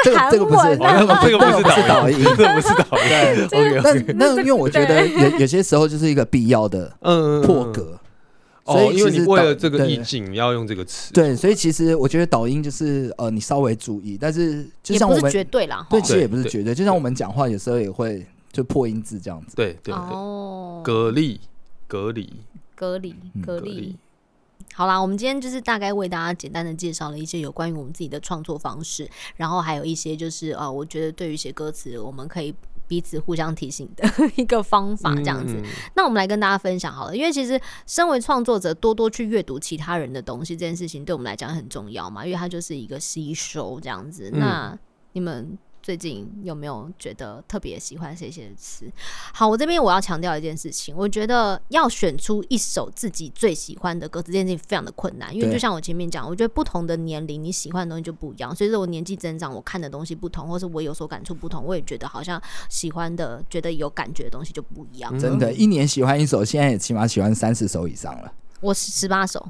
[SPEAKER 2] 这个
[SPEAKER 3] 韩
[SPEAKER 2] 这个不是
[SPEAKER 3] 文啊
[SPEAKER 1] 哦那个这个不是
[SPEAKER 2] 导
[SPEAKER 1] 导
[SPEAKER 2] 音，
[SPEAKER 1] 哦这不是导音。OK，
[SPEAKER 2] 但
[SPEAKER 1] OK，
[SPEAKER 3] [LAUGHS]
[SPEAKER 2] 那因为我觉得有有些时候就是一个必要的
[SPEAKER 1] 嗯，嗯
[SPEAKER 2] [LAUGHS] 破。
[SPEAKER 1] 嗯
[SPEAKER 2] 格。所
[SPEAKER 1] 哦，
[SPEAKER 2] 以
[SPEAKER 1] 因为
[SPEAKER 2] 其
[SPEAKER 1] 你
[SPEAKER 2] 实
[SPEAKER 1] 为
[SPEAKER 2] 导
[SPEAKER 1] 了这个
[SPEAKER 2] 对
[SPEAKER 1] 意境，你要用这个词。
[SPEAKER 2] 对，所以其实我觉得导音就是呃，你稍微注意，但是就
[SPEAKER 3] 也
[SPEAKER 2] 像我
[SPEAKER 3] 不是
[SPEAKER 2] 们
[SPEAKER 3] 绝对啦，
[SPEAKER 2] 对，
[SPEAKER 3] 吼
[SPEAKER 2] 其实也不是
[SPEAKER 1] 对
[SPEAKER 2] 绝对，就像我们讲话有时候也会就破音字这样子。
[SPEAKER 1] 对对对，
[SPEAKER 3] 哦，
[SPEAKER 1] 蛤蜊，蛤蜊，
[SPEAKER 3] 隔离
[SPEAKER 2] 嗯
[SPEAKER 3] 隔
[SPEAKER 1] 蛤
[SPEAKER 3] 离
[SPEAKER 1] 蜊。，
[SPEAKER 3] 好啦，我们今天就是大概为大家简单的介绍了一些有关于我们自己的创作方式，然后还有一些就是呃，我觉得对于写歌词，我们可以彼此互相提醒的 [LAUGHS] 一个方法，这样子。
[SPEAKER 1] 嗯
[SPEAKER 3] 那我们来跟大家分享好了，因为其实身为创作者，多多去阅读其他人的东西这件事情，对我们来讲很重要嘛，因为它就是一个吸收这样子。
[SPEAKER 1] 嗯
[SPEAKER 3] 那你们最近有没有觉得特别喜欢谁写的词？好，我这边我要强调一件事情，我觉得要选出一首自己最喜欢的歌词，这件事情非常的困难，因为
[SPEAKER 2] 对
[SPEAKER 3] 就像我前面讲，我觉得不同的年龄，你喜欢的东西就不一样。随着我年纪增长，我看的东西不同，或是我有所感触不同，我也觉得好像喜欢的、觉得有感觉的东西就不一样。
[SPEAKER 1] 嗯
[SPEAKER 2] 真的，一年喜欢一首，现在也起码喜欢三十首以上了。
[SPEAKER 3] 我是十八首，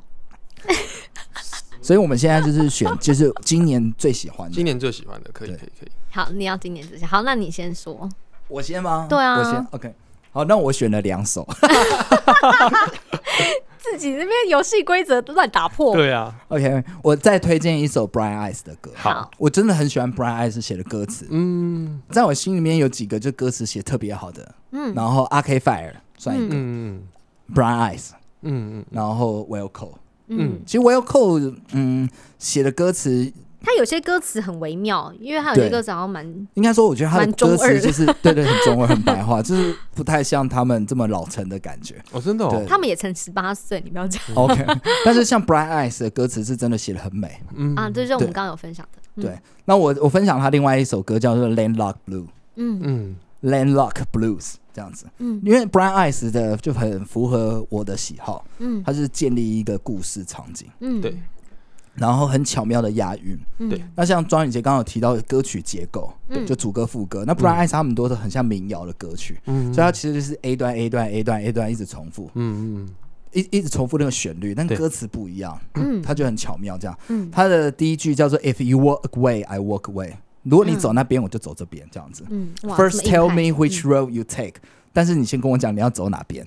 [SPEAKER 2] 所以我们现在就是选，就是今年最喜欢
[SPEAKER 1] 今
[SPEAKER 2] 的。
[SPEAKER 1] 年最喜欢的，可以
[SPEAKER 2] 对
[SPEAKER 1] 可以可以。
[SPEAKER 3] 好，你要今年这些，好，那你先说。
[SPEAKER 2] 我先吗？
[SPEAKER 3] 对啊
[SPEAKER 2] 我先。OK。好，那我选了两首，
[SPEAKER 3] 自己那边游戏规则乱打破。
[SPEAKER 1] 对啊，
[SPEAKER 2] OK，我 [LAUGHS] 再推荐一首 Brian Ice 的歌。
[SPEAKER 3] 好，
[SPEAKER 2] 我真的很喜欢 Brian Ice 写的歌词，
[SPEAKER 1] 嗯
[SPEAKER 2] 在我心里面有几个就歌词写特别好的，
[SPEAKER 3] 嗯
[SPEAKER 2] 然后 Arcade Fire 算一个、
[SPEAKER 1] 嗯
[SPEAKER 2] Brian Ice，
[SPEAKER 1] 嗯嗯，
[SPEAKER 2] 然后 Will Cole。
[SPEAKER 3] 嗯，
[SPEAKER 2] 其实 Will Cole 嗯写的歌词，
[SPEAKER 3] 他有些歌词很微妙，因为他有些
[SPEAKER 2] 对
[SPEAKER 3] 歌词好像蛮
[SPEAKER 2] 应该说我觉得他的
[SPEAKER 3] 蛮中
[SPEAKER 2] 歌
[SPEAKER 3] 二
[SPEAKER 2] 词
[SPEAKER 3] 的
[SPEAKER 2] 就是 [LAUGHS] 对对很中二很白话， [LAUGHS] 就是不太像他们这么老成的感觉。
[SPEAKER 1] 哦，真的哦
[SPEAKER 2] 对，
[SPEAKER 3] 他们也曾十八岁，你不要讲
[SPEAKER 2] OK，但是像 Brian Ice 的歌词是真的写的很美。
[SPEAKER 1] 嗯
[SPEAKER 3] 啊，这就是我们
[SPEAKER 2] 对
[SPEAKER 3] 刚刚有分享的。嗯
[SPEAKER 2] 对，那我我分享他另外一首歌叫做《Landlock Blue》。
[SPEAKER 3] 嗯
[SPEAKER 1] 嗯
[SPEAKER 2] Landlock Blues 这样子，
[SPEAKER 3] 嗯
[SPEAKER 2] 因为 Brian Ice 的就很符合我的喜好，
[SPEAKER 3] 嗯
[SPEAKER 2] 它是建立一个故事场景，
[SPEAKER 3] 嗯，
[SPEAKER 1] 对
[SPEAKER 2] 然后很巧妙的押韵。
[SPEAKER 3] 嗯
[SPEAKER 1] 对
[SPEAKER 2] 那像庄宇杰刚刚有提到的歌曲结构，
[SPEAKER 3] 嗯
[SPEAKER 2] 就主歌副歌，那 Brian Ice 他们都是很像民谣的歌曲，
[SPEAKER 1] 嗯
[SPEAKER 2] 所以它其实就是 A 段 A 段 A 段 A 段一直重复，
[SPEAKER 1] 嗯嗯
[SPEAKER 2] 一一直重复那个旋律，但
[SPEAKER 1] 对
[SPEAKER 2] 歌词不一样，
[SPEAKER 3] 嗯
[SPEAKER 2] 它就很巧妙这样。
[SPEAKER 3] 嗯
[SPEAKER 2] 它的第一句叫做 If you walk away, I walk away。如果你走那边，我就走这边，这样子。
[SPEAKER 3] 嗯哇
[SPEAKER 2] First
[SPEAKER 3] 这么
[SPEAKER 2] tell
[SPEAKER 3] 硬派嗯
[SPEAKER 2] me which road you take，、但是你先跟我讲你要走哪边。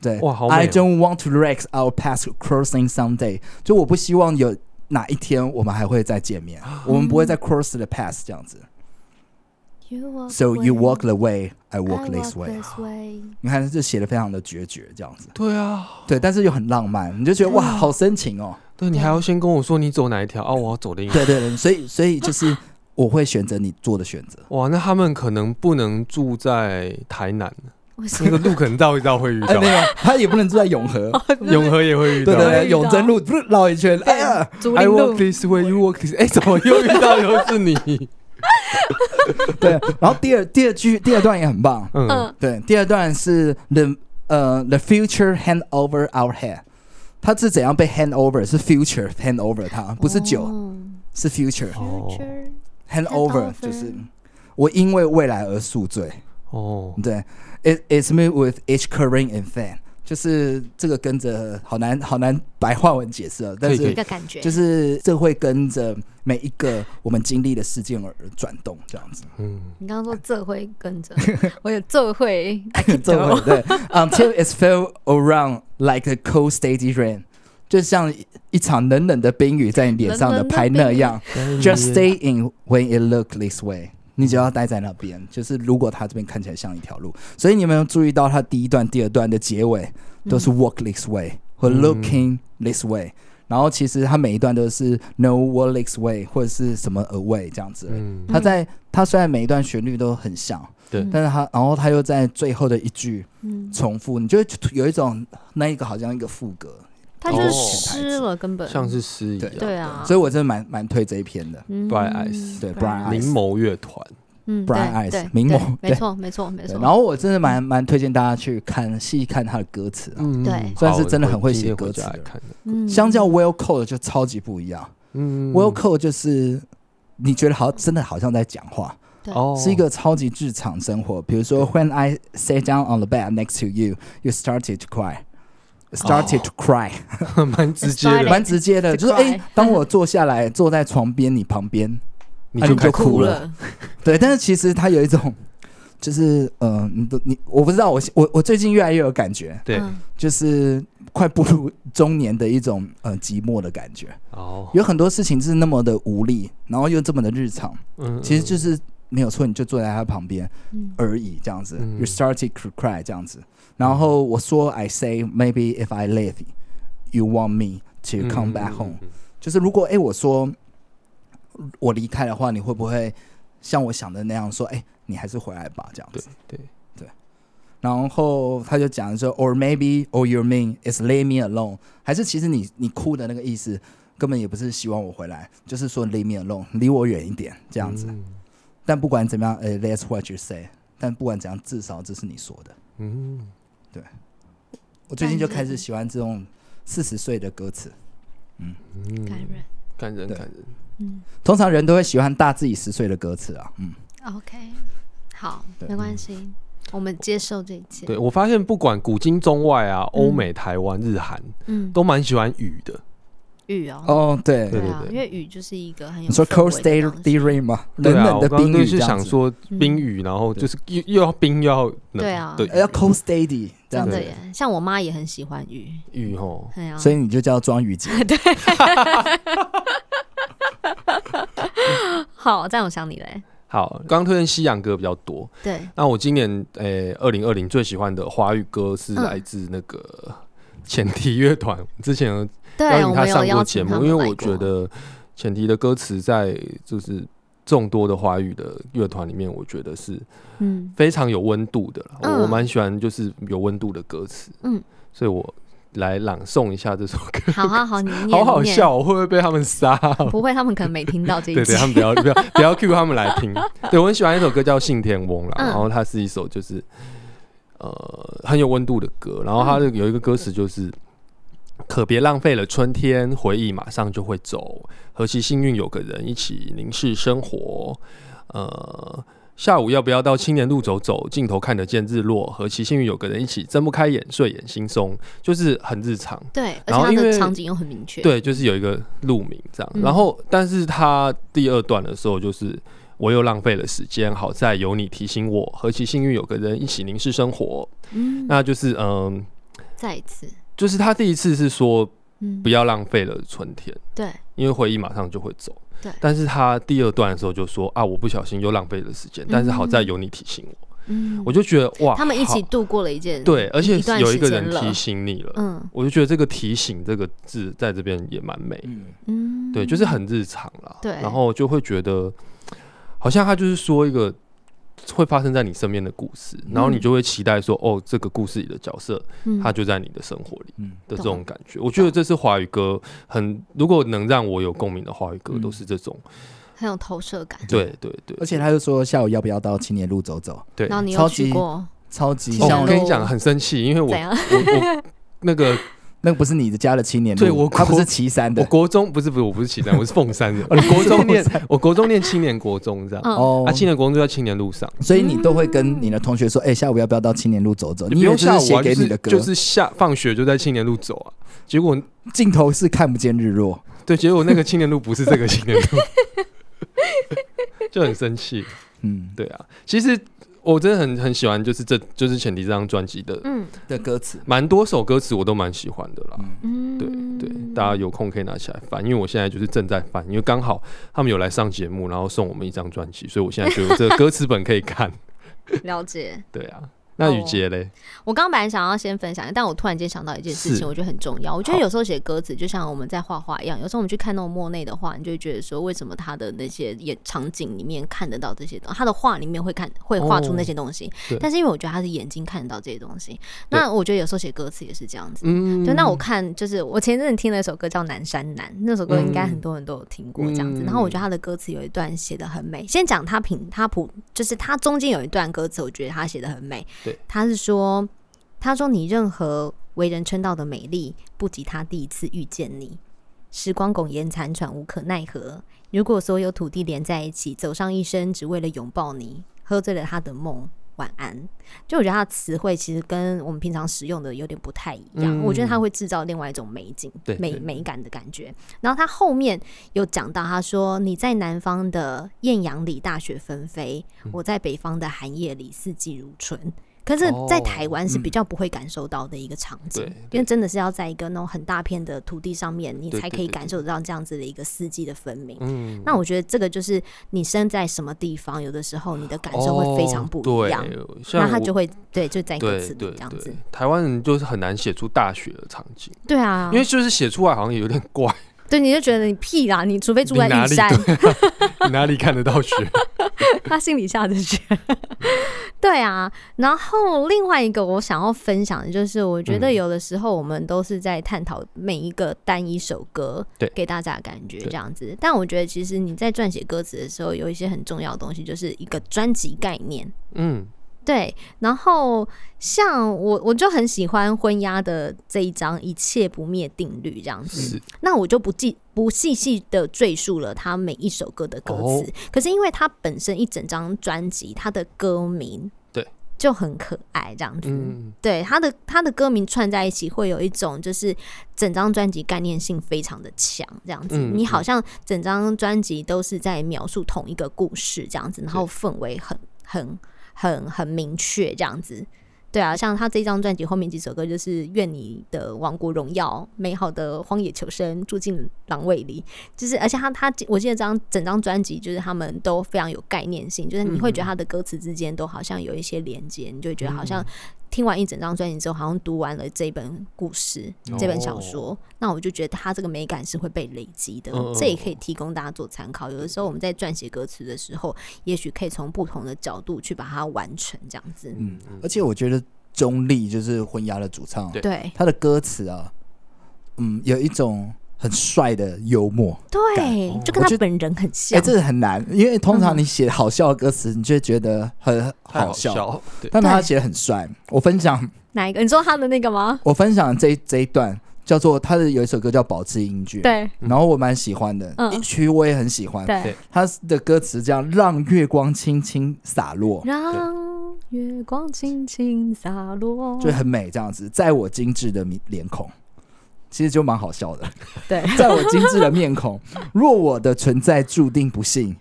[SPEAKER 2] 对，
[SPEAKER 1] 哇好美哦
[SPEAKER 2] I don't want to wreck our past crossing someday，就我不希望有哪一天我们还会再见面，我们不会再 cross the past 这样子。
[SPEAKER 3] You walk
[SPEAKER 2] So you
[SPEAKER 3] away,
[SPEAKER 2] walk the way,
[SPEAKER 3] 哦
[SPEAKER 2] I
[SPEAKER 3] I
[SPEAKER 2] walk this way。
[SPEAKER 3] way
[SPEAKER 2] 你看，这写的非常的决绝，这样子。
[SPEAKER 1] 对啊，
[SPEAKER 2] 对，但是又很浪漫，你就觉得哇，
[SPEAKER 3] 对
[SPEAKER 2] 好深情哦。
[SPEAKER 1] 对你还要先跟我说你走哪一条啊？我要走另一条。
[SPEAKER 2] 对对对，所以所以就是我会选择你做的选择。
[SPEAKER 1] 哇，那他们可能不能住在台南，
[SPEAKER 3] 为什
[SPEAKER 1] 那
[SPEAKER 3] 么
[SPEAKER 1] 个路可能绕一绕
[SPEAKER 2] [LAUGHS]
[SPEAKER 1] 会遇
[SPEAKER 2] 哎，
[SPEAKER 1] 到
[SPEAKER 2] 没，有，他也不能住在永和，
[SPEAKER 1] 永和也会遇到
[SPEAKER 2] 对。对
[SPEAKER 3] [LAUGHS] 会遇到
[SPEAKER 2] 对，永贞路不是绕一圈，哎呀，
[SPEAKER 3] 竹
[SPEAKER 1] I
[SPEAKER 3] 林
[SPEAKER 1] walk
[SPEAKER 3] 路
[SPEAKER 1] this way, you walk this. 哎，怎么又遇到又是你？
[SPEAKER 2] 对，然后第二第二句第二段也很棒，
[SPEAKER 1] 嗯
[SPEAKER 3] 嗯
[SPEAKER 2] 对，第二段是 the 呃 the future hand over our head，它是怎样被 hand over？是 future hand over 它，不是酒，
[SPEAKER 3] 哦
[SPEAKER 2] 是 future
[SPEAKER 1] 哦
[SPEAKER 3] Future
[SPEAKER 2] hand
[SPEAKER 3] over
[SPEAKER 2] over，就是我因为未来而宿醉。
[SPEAKER 1] 哦，
[SPEAKER 2] 对，it is me with each current and fan，就是这个跟着好难好难白话文解释了，啊但
[SPEAKER 1] 可以
[SPEAKER 3] 一
[SPEAKER 2] 是
[SPEAKER 3] 个感觉，
[SPEAKER 2] 就是这会跟着每一个我们经历的事件而转动，这样子。
[SPEAKER 1] 嗯，
[SPEAKER 3] 你刚刚说这会跟着， [LAUGHS] 我有这会 I keep
[SPEAKER 2] 这
[SPEAKER 3] going
[SPEAKER 2] 会对嗯，until it fell around like a cold steady rain，就像一场冷冷的冰雨在你脸上的拍那样。
[SPEAKER 1] 嗯
[SPEAKER 2] Just stay in when it look this way，你只要待在那边，就是如果它这边看起来像一条路，所以你有没有注意到它第一段、第二段的结尾都是 walk this way 或
[SPEAKER 1] 嗯
[SPEAKER 2] looking this way，、然后其实它每一段都是 no walk this way 或者是什么 away 这样子而已。
[SPEAKER 1] 嗯，
[SPEAKER 2] 他在他虽然每一段旋律都很像，
[SPEAKER 1] 对
[SPEAKER 2] 但是他然后他又在最后的一句
[SPEAKER 3] 嗯，
[SPEAKER 2] 重复，你就会有一种那一个好像一个副歌，
[SPEAKER 3] 他就是
[SPEAKER 1] 哦
[SPEAKER 3] 湿了，根本
[SPEAKER 1] 像是诗一
[SPEAKER 2] 对
[SPEAKER 1] 样。
[SPEAKER 3] 对啊，
[SPEAKER 2] 所以我真的蛮蛮推这一篇的。
[SPEAKER 3] 嗯
[SPEAKER 1] Bright Eyes
[SPEAKER 2] 对
[SPEAKER 3] Bright
[SPEAKER 2] Bright Eyes
[SPEAKER 1] 柠檬乐团，啊
[SPEAKER 3] 嗯
[SPEAKER 2] Bright
[SPEAKER 3] 对
[SPEAKER 2] Eyes，
[SPEAKER 3] 对
[SPEAKER 2] 柠
[SPEAKER 3] 对
[SPEAKER 2] 檬
[SPEAKER 3] 没
[SPEAKER 2] 对
[SPEAKER 3] 错没错没
[SPEAKER 2] 对，
[SPEAKER 3] 错。
[SPEAKER 2] 然后我真的蛮蛮推荐大家去看细看他的歌词啊，
[SPEAKER 1] 嗯
[SPEAKER 3] 对
[SPEAKER 2] 算是真的很会写歌
[SPEAKER 1] 歌
[SPEAKER 2] 词的人
[SPEAKER 1] 看的。
[SPEAKER 3] 嗯
[SPEAKER 2] 相较 Will Cole 就超级不一样。
[SPEAKER 1] 嗯
[SPEAKER 2] Will Cole 就是你觉得好真的好像在讲话，
[SPEAKER 1] 哦
[SPEAKER 2] 是一个超级日常生活。比如说，When I sat down on the bed next to you, you started to cry, started to cry，、
[SPEAKER 1] [LAUGHS] 蛮直接
[SPEAKER 3] Started
[SPEAKER 1] 的，
[SPEAKER 2] 蛮直接的，
[SPEAKER 3] to
[SPEAKER 2] 就是哎、
[SPEAKER 3] cry
[SPEAKER 2] [LAUGHS] 当我坐下来，坐在床边你旁边，
[SPEAKER 1] 你
[SPEAKER 2] 啊
[SPEAKER 1] 就
[SPEAKER 2] 你
[SPEAKER 1] 开
[SPEAKER 2] 就
[SPEAKER 1] 始
[SPEAKER 2] 哭
[SPEAKER 3] 哭
[SPEAKER 2] 了，对。但是其实它有一种，就是嗯、呃你都你我不知道，我我我最近越来越有感觉，
[SPEAKER 1] 对，
[SPEAKER 3] 嗯
[SPEAKER 2] 就是快步入中年的一种呃寂寞的感觉。
[SPEAKER 1] 哦，
[SPEAKER 2] 有很多事情是那么的无力，然后又这么的日常，
[SPEAKER 1] 嗯
[SPEAKER 2] 其实就是没有错，你就坐在他旁边。
[SPEAKER 3] 嗯
[SPEAKER 2] 而已，这样子。
[SPEAKER 1] 嗯
[SPEAKER 2] You started to cry 这样子，然后我说 I say maybe if I leave, you want me to come back home、，
[SPEAKER 1] 嗯嗯嗯嗯
[SPEAKER 2] 就是如果诶我说我离开的话，你会不会像我想的那样说？诶，你还是回来吧，这样
[SPEAKER 1] 对
[SPEAKER 2] 子。
[SPEAKER 1] 对，
[SPEAKER 2] 然后他就讲说，or maybe all you mean is leave me alone，还是其实你你哭的那个意思根本也不是希望我回来，就是说 leave me alone，离我远一点这
[SPEAKER 1] 这
[SPEAKER 2] 样子。，但不管怎么样，诶 t h a t s what you say。但不管怎样，至少这是你说的。
[SPEAKER 1] 嗯，
[SPEAKER 2] 我最近就开始喜欢这种四十岁的歌词。
[SPEAKER 1] 嗯
[SPEAKER 3] 感人，
[SPEAKER 1] 感人，
[SPEAKER 2] 对
[SPEAKER 1] 感人，
[SPEAKER 3] 嗯
[SPEAKER 2] 通常人都会喜欢大自己十岁的歌词啊，嗯，
[SPEAKER 3] 哦，OK，好，
[SPEAKER 2] 对
[SPEAKER 3] 没关系，我们接受这一切。
[SPEAKER 1] 对我发现，不管古今中外啊，欧
[SPEAKER 3] 嗯
[SPEAKER 1] 美、台湾、日韩，
[SPEAKER 3] 嗯，
[SPEAKER 1] 都蛮喜欢雨的。
[SPEAKER 3] 雨哦。
[SPEAKER 2] 哦，对，
[SPEAKER 1] 对
[SPEAKER 3] 啊，
[SPEAKER 1] 对
[SPEAKER 3] 因为雨就是一个很有
[SPEAKER 2] 你说
[SPEAKER 3] 氛
[SPEAKER 2] cold
[SPEAKER 3] 围的
[SPEAKER 2] stay
[SPEAKER 3] 东西
[SPEAKER 2] day rain 嘛，
[SPEAKER 1] 对
[SPEAKER 2] 冷
[SPEAKER 1] 啊，
[SPEAKER 2] 冷
[SPEAKER 1] 我
[SPEAKER 2] 的
[SPEAKER 1] 刚
[SPEAKER 2] 冰
[SPEAKER 1] 刚就
[SPEAKER 2] 雨
[SPEAKER 1] 是
[SPEAKER 2] 这样
[SPEAKER 1] 想
[SPEAKER 2] 子，
[SPEAKER 1] 说冰雨，然后就是又又要冰又要冷
[SPEAKER 3] 嗯对啊
[SPEAKER 1] 的
[SPEAKER 2] 呃要 cold steady 这
[SPEAKER 3] 真
[SPEAKER 2] 样子，
[SPEAKER 3] 的
[SPEAKER 1] 对
[SPEAKER 3] 耶，像我妈也很喜欢雨，
[SPEAKER 1] 雨吼，
[SPEAKER 3] 对啊，
[SPEAKER 2] 所以你就叫庄雨 [LAUGHS] 杰。
[SPEAKER 3] 好，这样我想你嘞，
[SPEAKER 1] 好，刚刚推荐西洋歌比较多，
[SPEAKER 3] 对，
[SPEAKER 1] 那我今年诶二零二零最喜欢的华语歌是
[SPEAKER 3] 嗯
[SPEAKER 1] 来自那个前提乐团，之前有邀
[SPEAKER 3] 对，
[SPEAKER 1] 请
[SPEAKER 3] 我
[SPEAKER 1] 他
[SPEAKER 3] 们有
[SPEAKER 1] 上
[SPEAKER 3] 邀
[SPEAKER 1] 过
[SPEAKER 3] 请
[SPEAKER 1] 节
[SPEAKER 3] 他
[SPEAKER 1] 目，
[SPEAKER 3] 们
[SPEAKER 1] 因
[SPEAKER 3] 来
[SPEAKER 1] 为我
[SPEAKER 3] 过
[SPEAKER 1] 觉得前提的歌词在就是众多的华语的乐团里面，我觉得是
[SPEAKER 3] 嗯，
[SPEAKER 1] 非常有温度的啦。
[SPEAKER 3] 嗯
[SPEAKER 1] 我我蛮喜欢就是有温度的歌词，
[SPEAKER 3] 嗯
[SPEAKER 1] 嗯，所以我来朗诵一下这首歌，
[SPEAKER 3] 好好
[SPEAKER 1] [LAUGHS]
[SPEAKER 3] 好，你念，
[SPEAKER 1] 好好
[SPEAKER 3] 你念，
[SPEAKER 1] 笑，我会不会被他们杀啊？
[SPEAKER 3] 不会，他们可能没听到这一
[SPEAKER 1] [LAUGHS] 对
[SPEAKER 3] 集
[SPEAKER 1] 对，，他们不要不要不要 Q 他们来
[SPEAKER 3] [LAUGHS]
[SPEAKER 1] 听。对我很喜欢一首歌叫《信天翁》啦，
[SPEAKER 3] 嗯
[SPEAKER 1] 然后它是一首就是呃很有温度的歌，然后它
[SPEAKER 3] 嗯
[SPEAKER 1] 的有一个歌词就是。可别浪费了春天，回忆马上就会走。何其幸运有个人一起凝视生活。呃，下午要不要到青年路走走？镜头看得见日落。何其幸运有个人一起睁不开眼，睡眼惺忪，就是很日常。
[SPEAKER 3] 对，而且
[SPEAKER 1] 然后
[SPEAKER 3] 他
[SPEAKER 1] 因
[SPEAKER 3] 的
[SPEAKER 1] 为
[SPEAKER 3] 场景又很明确，
[SPEAKER 1] 对，就是有一个路名这样。
[SPEAKER 3] 嗯
[SPEAKER 1] 然后，但是他第二段的时候，就是我又浪费了时间，好在有你提醒我，何其幸运有个人一起凝视生活。
[SPEAKER 3] 嗯，
[SPEAKER 1] 那就是嗯，
[SPEAKER 3] 再一次，
[SPEAKER 1] 就是他第一次是说
[SPEAKER 3] 嗯
[SPEAKER 1] 不，要浪费了春天，
[SPEAKER 3] 对，
[SPEAKER 1] 因为回忆马上就会走。
[SPEAKER 3] 对
[SPEAKER 1] 但是他第二段的时候就说啊，我不小心又浪费了时间，但是好在有你提醒我，
[SPEAKER 3] 嗯
[SPEAKER 1] 我就觉得哇，
[SPEAKER 3] 他们一起
[SPEAKER 1] 好
[SPEAKER 3] 度过了一件，
[SPEAKER 1] 对，而且
[SPEAKER 3] 一段
[SPEAKER 1] 有一
[SPEAKER 3] 时
[SPEAKER 1] 个
[SPEAKER 3] 间
[SPEAKER 1] 人
[SPEAKER 3] 了
[SPEAKER 1] 提醒你了，
[SPEAKER 3] 嗯
[SPEAKER 1] 我就觉得这个提醒这个字在这边也蛮美的
[SPEAKER 2] 嗯，
[SPEAKER 3] 嗯，
[SPEAKER 1] 对，就是很日常啦。
[SPEAKER 3] 对
[SPEAKER 1] 然后就会觉得，好像他就是说一个会发生在你身边的故事，然后你就会期待说，哦，这个故事里的角色，
[SPEAKER 3] 嗯
[SPEAKER 1] 他就在你的生活里
[SPEAKER 2] 嗯
[SPEAKER 1] 的这
[SPEAKER 3] 懂
[SPEAKER 1] 种感觉。我觉得
[SPEAKER 3] 懂
[SPEAKER 1] 这是华语歌很，如果能让我有共鸣的华语歌，
[SPEAKER 2] 嗯
[SPEAKER 1] 都是这种。
[SPEAKER 3] 很有投射感，
[SPEAKER 1] 对对对，
[SPEAKER 2] 而且他又说下午要不要到青年路走走，
[SPEAKER 1] 对。
[SPEAKER 3] 然后
[SPEAKER 1] 哦，
[SPEAKER 3] 你
[SPEAKER 2] 超
[SPEAKER 3] 又去
[SPEAKER 2] 级
[SPEAKER 3] 过，
[SPEAKER 2] 超级
[SPEAKER 3] 青年
[SPEAKER 2] 像
[SPEAKER 1] 我
[SPEAKER 2] 那
[SPEAKER 1] 跟
[SPEAKER 3] 路
[SPEAKER 1] 你讲，很生气，因为我
[SPEAKER 3] 怎样？
[SPEAKER 1] 我我那 [LAUGHS] 个
[SPEAKER 2] 那个不是你的家的青年路，
[SPEAKER 1] 对我
[SPEAKER 2] 他不是岐山
[SPEAKER 1] 我
[SPEAKER 2] 的
[SPEAKER 1] 国中不是不是我不是岐山，我是凤山人。我
[SPEAKER 2] 你是
[SPEAKER 1] 哦国中
[SPEAKER 2] 凤
[SPEAKER 1] 念
[SPEAKER 2] 山
[SPEAKER 1] 我国中念青年国中这样，
[SPEAKER 3] 嗯，
[SPEAKER 2] 哦
[SPEAKER 1] 啊，，青年国中就在青年路上。
[SPEAKER 2] 所以你都会跟你的同学说，哎，下午要不要到青年路走走？
[SPEAKER 1] 你
[SPEAKER 2] 你
[SPEAKER 1] 不
[SPEAKER 2] 以为
[SPEAKER 1] 用
[SPEAKER 2] 这
[SPEAKER 1] 下
[SPEAKER 2] 是
[SPEAKER 1] 午
[SPEAKER 2] 写
[SPEAKER 1] 啊，就
[SPEAKER 2] 给你
[SPEAKER 1] 是
[SPEAKER 2] 的歌
[SPEAKER 1] 就，是下放学就在青年路走啊，结果
[SPEAKER 2] 镜头是看不见日落，
[SPEAKER 1] 对，结果那个青年路不是这个青年路， [LAUGHS] 就很生气。
[SPEAKER 2] 嗯
[SPEAKER 1] 对啊，其实我真的很很喜欢，就是这就是前提这张专辑的，
[SPEAKER 3] 嗯
[SPEAKER 2] 的歌词，
[SPEAKER 1] 蛮多首歌词我都蛮喜欢的啦。
[SPEAKER 2] 嗯，
[SPEAKER 3] 嗯，
[SPEAKER 1] 对对，大家有空可以拿起来翻，因为我现在就是正在翻，因为刚好他们有来上节目，然后送我们一张专辑，所以我现在就有这个歌词本可以看。
[SPEAKER 3] 了解。
[SPEAKER 1] 对啊，那
[SPEAKER 3] 哦
[SPEAKER 1] 雨杰嘞，
[SPEAKER 3] 我刚刚本来想要先分享，但我突然间想到一件事
[SPEAKER 1] 是
[SPEAKER 3] 情，我觉得很重要。我觉得
[SPEAKER 1] 好
[SPEAKER 3] 有时候写歌词就像我们在画画一样，有时候我们去看那种莫内的画，你就会觉得说，为什么他的那些演场景里面看得到这些东西，他的画里面会看会画出那些东西、
[SPEAKER 1] 对
[SPEAKER 3] 但是因为我觉得他是眼睛看得到这些东西，
[SPEAKER 1] 对
[SPEAKER 3] 那我觉得有时候写歌词也是这样子。
[SPEAKER 1] 嗯
[SPEAKER 3] 对，那我看就是我前阵子听了一首歌叫《南山南》，那首歌应该
[SPEAKER 1] 嗯
[SPEAKER 3] 很多人都有听过这样子。
[SPEAKER 1] 嗯
[SPEAKER 3] 然后我觉得他的歌词有一段写的很美，先讲他品他谱，就是他中间有一段歌词，我觉得他写的很美。
[SPEAKER 1] 对，
[SPEAKER 3] 他是说，他说你任何为人称道的美丽，不及他第一次遇见你。时光苟延残喘，无可奈何。如果所有土地连在一起，走上一生，只为了拥抱你，喝醉了他的梦，晚安。就我觉得他的词汇其实跟我们平常使用的有点不太一样，
[SPEAKER 1] 嗯
[SPEAKER 3] 我觉得他会制造另外一种美景、
[SPEAKER 1] 对
[SPEAKER 3] 美
[SPEAKER 1] 对
[SPEAKER 3] 美感的感觉。然后他后面有讲到，他说你在南方的艳阳里大雪纷飞，
[SPEAKER 1] 嗯
[SPEAKER 3] 我在北方的寒夜里四季如春。可是，在
[SPEAKER 1] 哦
[SPEAKER 3] 台湾是比较不会感受到的一个场景，
[SPEAKER 1] 对
[SPEAKER 3] 因为真的是要在一个那种很大片的土地上面，你
[SPEAKER 1] 对
[SPEAKER 3] 才
[SPEAKER 1] 对
[SPEAKER 3] 可以
[SPEAKER 1] 对
[SPEAKER 3] 感受得到这样子的一个四季的分明。
[SPEAKER 1] 嗯
[SPEAKER 3] 那我觉得这个就是你身在什么地方，有的时候你的感受会非常不一样。
[SPEAKER 1] 哦、对像
[SPEAKER 3] 那他
[SPEAKER 1] 我
[SPEAKER 3] 就会对，就在一个
[SPEAKER 1] 对
[SPEAKER 3] 词里
[SPEAKER 1] 对
[SPEAKER 3] 这样子
[SPEAKER 1] 对，，台湾人就是很难写出大雪的场景，
[SPEAKER 3] 对啊，
[SPEAKER 1] 因为就是写出来好像有点怪，
[SPEAKER 3] 对你就觉得你屁啦，你除非住
[SPEAKER 1] 你
[SPEAKER 3] 在
[SPEAKER 1] 哪
[SPEAKER 3] 玉
[SPEAKER 1] 里
[SPEAKER 3] 山，
[SPEAKER 1] [LAUGHS] 你哪里看得到雪？
[SPEAKER 3] 他心里下着雪。 [LAUGHS] 对啊，然后另外一个我想要分享的就是，我觉得
[SPEAKER 1] 嗯
[SPEAKER 3] 有的时候我们都是在探讨每一个单一首歌
[SPEAKER 1] 对
[SPEAKER 3] 给大家的感觉
[SPEAKER 1] 对
[SPEAKER 3] 这样子，但我觉得其实你在撰写歌词的时候，有一些很重要的东西，就是一个专辑概念。
[SPEAKER 1] [LAUGHS] 嗯，
[SPEAKER 3] 对，然后像我，我就很喜欢昏鸦的这一章“一切不灭定律”这样子
[SPEAKER 1] 是。
[SPEAKER 3] 那我就不记不细细的赘述了他每一首歌的歌词，
[SPEAKER 1] 哦
[SPEAKER 3] 可是因为他本身一整张专辑，他的歌名
[SPEAKER 1] 对
[SPEAKER 3] 就很可爱这样子。
[SPEAKER 1] 嗯，
[SPEAKER 3] 对他的他的歌名串在一起，会有一种就是整张专辑概念性非常的强，这样子，
[SPEAKER 1] 嗯
[SPEAKER 3] 你好像整张专辑都是在描述同一个故事这样子，然后
[SPEAKER 1] 对
[SPEAKER 3] 氛围很很很很明确这样子。对啊，像他这张专辑后面几首歌就是《愿你的王国荣耀》《美好的荒野求生》《住进狼胃里》，就是而且他他我记得这张整张专辑就是他们都非常有概念性，就是你会
[SPEAKER 1] 嗯
[SPEAKER 3] 觉得他的歌词之间都好像有一些连接，你就会觉得好像听完一整张专辑之后，好像读完了这一本故事、
[SPEAKER 1] 哦
[SPEAKER 3] 这本小说，那我就觉得它这个美感是会被累积的，
[SPEAKER 1] 嗯嗯嗯
[SPEAKER 3] 这也可以提供大家做参考。有的时候我们在撰写歌词的时候，也许可以从不同的角度去把它完成，这样子。
[SPEAKER 2] 嗯，而且我觉得中立就是婚鸦的主唱，
[SPEAKER 1] 对
[SPEAKER 3] 对
[SPEAKER 2] 他的歌词啊，嗯，有一种很帅的幽默，
[SPEAKER 3] 对，就跟
[SPEAKER 2] 哦我
[SPEAKER 3] 他
[SPEAKER 2] 觉得
[SPEAKER 3] 本人很
[SPEAKER 2] 哎、
[SPEAKER 3] 像。
[SPEAKER 2] 这个很难，因为通常你写好笑的歌词，你就会觉得很
[SPEAKER 1] 太
[SPEAKER 2] 好笑，
[SPEAKER 1] 笑，对，
[SPEAKER 2] 但他写的很帅。我分享，
[SPEAKER 3] 哪一个？你说他的那个吗？
[SPEAKER 2] 我分享这一这一段叫做他的有一首歌叫《保持英俊》，，
[SPEAKER 3] 对
[SPEAKER 2] 然后我蛮喜欢的，
[SPEAKER 3] 嗯
[SPEAKER 2] 一曲我也很喜欢。
[SPEAKER 1] 对
[SPEAKER 3] 对，
[SPEAKER 2] 他的歌词这样，让月光轻轻洒落，
[SPEAKER 3] 让月光轻轻洒落。
[SPEAKER 2] 就很美，这样子，在我精致的面脸孔，其实就蛮好笑的。
[SPEAKER 3] 对，
[SPEAKER 2] 在我精致的面孔，若我的存在注定不幸，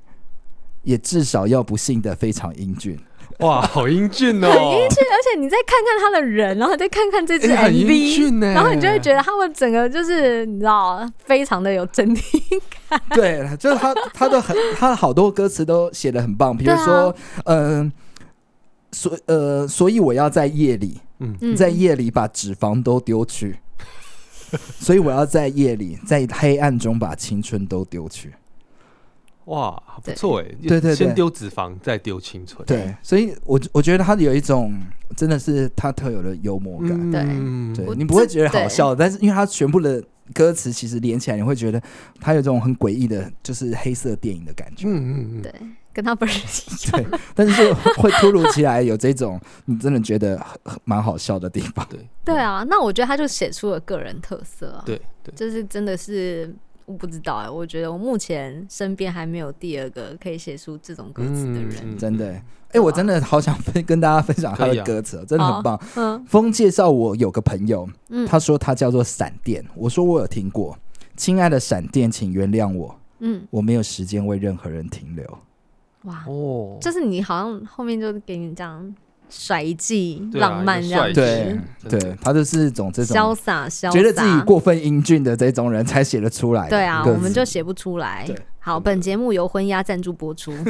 [SPEAKER 2] 也至少要不幸的非常英俊。
[SPEAKER 1] 哇，好英俊
[SPEAKER 3] [LAUGHS] 很英
[SPEAKER 1] 哦，
[SPEAKER 3] 俊，而且你再看看他的人，然后再看看这支
[SPEAKER 1] 哎很英
[SPEAKER 3] MV，、
[SPEAKER 1] 俊呢，
[SPEAKER 3] 然后你就会觉得他们整个就是你知道，非常的有整体。
[SPEAKER 2] 对，就是他，他的很，他的好多歌词都写的很棒，比如
[SPEAKER 3] 对啊
[SPEAKER 2] 说，嗯、所呃，所以我要在夜里，
[SPEAKER 3] 嗯
[SPEAKER 2] [LAUGHS] 在夜里把脂肪都丢
[SPEAKER 3] [LAUGHS]
[SPEAKER 2] 去，所以我要在夜里，在黑暗中把青春都丢去。
[SPEAKER 1] 哇，不错哎，
[SPEAKER 2] 对对
[SPEAKER 1] 先
[SPEAKER 2] 对
[SPEAKER 1] 丢脂肪，再丢青春，
[SPEAKER 2] 对，所以我我觉得他有一种真的是他特有的幽默感。
[SPEAKER 1] 嗯，
[SPEAKER 3] 对
[SPEAKER 2] 对
[SPEAKER 3] 我
[SPEAKER 2] 你不会觉得
[SPEAKER 3] 对
[SPEAKER 2] 好笑，但是因为它全部的歌词其实连起来，你会觉得它有一种很诡异的，就是黑色电影的感觉。
[SPEAKER 1] 嗯嗯嗯，
[SPEAKER 3] 对，跟他本人
[SPEAKER 2] [LAUGHS]
[SPEAKER 3] 一样。
[SPEAKER 2] 对，但是就会突如其来有这种你真的觉得很蛮好笑的地方。
[SPEAKER 1] 对
[SPEAKER 3] 对啊，那我觉得他就写出了个人特色啊，
[SPEAKER 1] 对对，
[SPEAKER 3] 就是真的是我不知道哎、我觉得我目前身边还没有第二个可以写出这种歌词的人。
[SPEAKER 1] 嗯
[SPEAKER 2] 真的欸、哎、我真的好想分跟大家分享他
[SPEAKER 1] 可以
[SPEAKER 2] 的
[SPEAKER 1] 啊
[SPEAKER 2] 歌词哦，真的很棒。
[SPEAKER 3] 嗯
[SPEAKER 2] 风介绍我有个朋友，
[SPEAKER 3] 嗯
[SPEAKER 2] 他说他叫做闪电，我说我有听过。亲爱的闪电，请原谅我，
[SPEAKER 3] 嗯，
[SPEAKER 2] 我没有时间为任何人停留。
[SPEAKER 3] 哇，
[SPEAKER 1] 哦，
[SPEAKER 3] 就是你好像后面就给你这样甩一记
[SPEAKER 1] 对啊
[SPEAKER 3] 浪漫
[SPEAKER 1] 一
[SPEAKER 3] 这样
[SPEAKER 1] 个帅气
[SPEAKER 3] 子，
[SPEAKER 1] 是
[SPEAKER 2] 对
[SPEAKER 1] 真
[SPEAKER 2] 对
[SPEAKER 1] 的，
[SPEAKER 2] 他就是一种这种
[SPEAKER 3] 潇洒潇洒，
[SPEAKER 2] 觉得自己过分英俊的这种人才写得出来的歌词。
[SPEAKER 3] 对啊，我们就写不出来
[SPEAKER 2] 对。
[SPEAKER 3] 好，本节目由婚鸦赞助播
[SPEAKER 2] [LAUGHS]
[SPEAKER 3] 出。 [LAUGHS]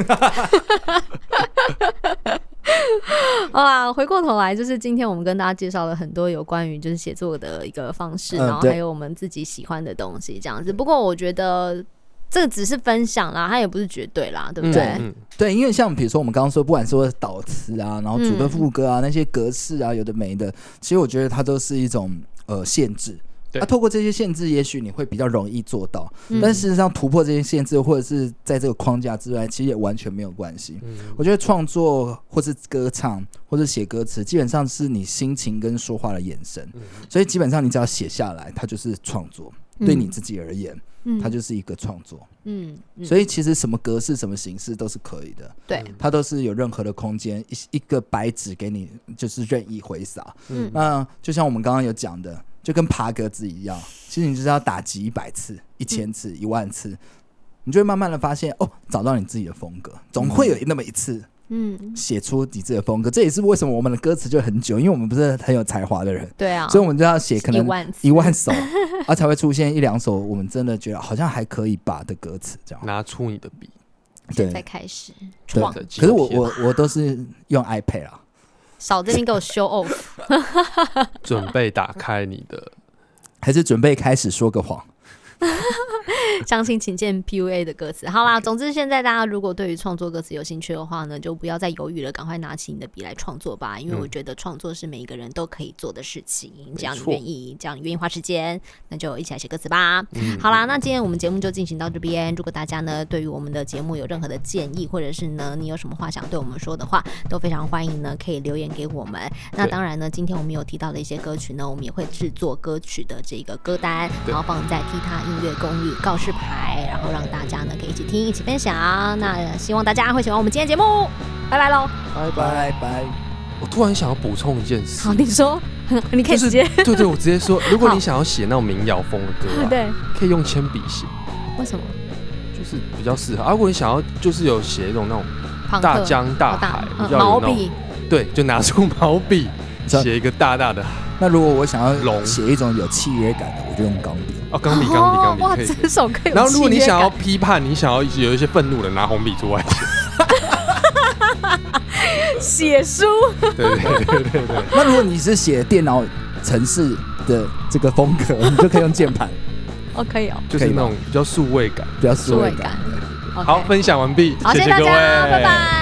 [SPEAKER 3] 好啦，回过头来，就是今天我们跟大家介绍了很多有关于就是写作的一个方式，
[SPEAKER 2] 嗯
[SPEAKER 3] 然后
[SPEAKER 2] 对
[SPEAKER 3] 还有我们自己喜欢的东西这样子。不过我觉得这只是分享啦，它也不是绝对啦，对不对？
[SPEAKER 1] 嗯
[SPEAKER 2] 对，因为像比如说我们刚刚说，不管说导词啊，然后主歌、
[SPEAKER 3] 嗯
[SPEAKER 2] 副歌啊，那些格式啊，有的没的，其实我觉得它都是一种呃限制。
[SPEAKER 1] 对
[SPEAKER 2] 啊，透过这些限制，也许你会比较容易做到，
[SPEAKER 3] 嗯
[SPEAKER 2] 但事实上突破这些限制，或者是在这个框架之外，其实也完全没有关系。
[SPEAKER 1] 嗯
[SPEAKER 2] 我觉得创作或是歌唱或是写歌词，基本上是你心情跟说话的眼神，
[SPEAKER 1] 嗯
[SPEAKER 2] 所以基本上你只要写下来，它就是创作。对你自己而言，
[SPEAKER 3] 嗯
[SPEAKER 2] 它就是一个创作。
[SPEAKER 3] 嗯，嗯
[SPEAKER 2] 所以其实什么格式、什么形式都是可以的，
[SPEAKER 3] 对，
[SPEAKER 2] 它都是有任何的空间，一一个白纸给你就是任意挥洒。
[SPEAKER 3] 嗯
[SPEAKER 2] 那就像我们刚刚有讲的，就跟爬格子一样，其实你就是要打击一百次、一千次、一万次。你就会慢慢的发现，哦，找到你自己的风格，总会有那么一次
[SPEAKER 3] 嗯，
[SPEAKER 2] 写出你自己的风格。这也是为什么我们的歌词就很久，因为我们不是很有才华的人，
[SPEAKER 3] 对啊，
[SPEAKER 2] 所以我们就要写可能
[SPEAKER 3] 一万
[SPEAKER 2] 一万首，啊才会出现一两首我们真的觉得好像还可以吧的歌词，这样。
[SPEAKER 1] 拿出你的笔，
[SPEAKER 3] 现
[SPEAKER 2] 对
[SPEAKER 3] 在开始
[SPEAKER 2] 对，
[SPEAKER 3] 创
[SPEAKER 1] 的
[SPEAKER 2] 可是我
[SPEAKER 1] 照片
[SPEAKER 2] 我我都是用 iPad 啊啦，
[SPEAKER 3] 少这边给我 show off，
[SPEAKER 1] 准备打开你的，
[SPEAKER 2] 还是准备开始说个谎。
[SPEAKER 3] 相信请见 PUA 的歌词。好啦，总之现在大家如果对于创作歌词有兴趣的话呢，就不要再犹豫了，赶快拿起你的笔来创作吧。因为
[SPEAKER 1] 嗯
[SPEAKER 3] 我觉得创作是每一个人都可以做的事情，只要你
[SPEAKER 1] 错
[SPEAKER 3] 愿意，只要你愿意花时间，那就一起来写歌词吧。好啦，那今天我们节目就进行到这边。如果大家呢对于我们的节目有任何的建议，或者是呢你有什么话想对我们说的话，都非常欢迎呢可以留言给我们。那
[SPEAKER 1] 对
[SPEAKER 3] 当然呢，今天我们有提到的一些歌曲呢，我们也会制作歌曲的这个歌单，
[SPEAKER 1] 对
[SPEAKER 3] 然后放在踢踏音乐公寓告示牌，然后让大家呢可以一起听，一起分享。那希望大家会喜欢我们今天的节目，拜拜喽。
[SPEAKER 2] 拜拜拜。
[SPEAKER 1] 我突然想要补充一件事，
[SPEAKER 3] 好，你说， [LAUGHS] 你可以
[SPEAKER 1] 就
[SPEAKER 3] 直
[SPEAKER 1] 是
[SPEAKER 3] 接、
[SPEAKER 1] 对对，我直接说，如果
[SPEAKER 3] 好
[SPEAKER 1] 你想要写那种民谣风的歌、啊，
[SPEAKER 3] 对，
[SPEAKER 1] 可以用铅笔写，
[SPEAKER 3] 为什么？
[SPEAKER 1] 就是比较适合。啊，如果你想要就是有写一种那种
[SPEAKER 3] 朋克
[SPEAKER 1] 大江大海
[SPEAKER 3] 哦，
[SPEAKER 1] 比
[SPEAKER 3] 嗯
[SPEAKER 1] 较
[SPEAKER 3] 毛
[SPEAKER 1] 有那种
[SPEAKER 3] 笔，
[SPEAKER 1] 对，就拿出毛笔
[SPEAKER 2] 这
[SPEAKER 1] 写一个大大的
[SPEAKER 2] 那如果我想要
[SPEAKER 1] 龙
[SPEAKER 2] 写一种有契约感的，我就用钢笔。
[SPEAKER 1] 哦，钢笔钢笔
[SPEAKER 3] 哦
[SPEAKER 1] 钢笔
[SPEAKER 3] 哇，
[SPEAKER 1] 可以。
[SPEAKER 3] 这首歌有
[SPEAKER 1] 然后如果你
[SPEAKER 3] 契约
[SPEAKER 1] 想要
[SPEAKER 3] 感
[SPEAKER 1] 批判，你想要有一些愤怒的，拿红笔出来写。
[SPEAKER 3] 写书，
[SPEAKER 1] 对对对对对，
[SPEAKER 2] 那如果你是写电脑城市的这个风格，你就可以用键盘，
[SPEAKER 3] 哦，可以哦，
[SPEAKER 1] 就是那种比较数位感。
[SPEAKER 2] 比较思
[SPEAKER 3] 数
[SPEAKER 2] 维
[SPEAKER 3] 位
[SPEAKER 2] 感
[SPEAKER 3] 感。。
[SPEAKER 1] 好，
[SPEAKER 3] OK
[SPEAKER 1] 分享完毕，
[SPEAKER 3] 好，谢
[SPEAKER 1] 谢
[SPEAKER 3] 谢大
[SPEAKER 1] 各位，
[SPEAKER 3] 家，拜拜。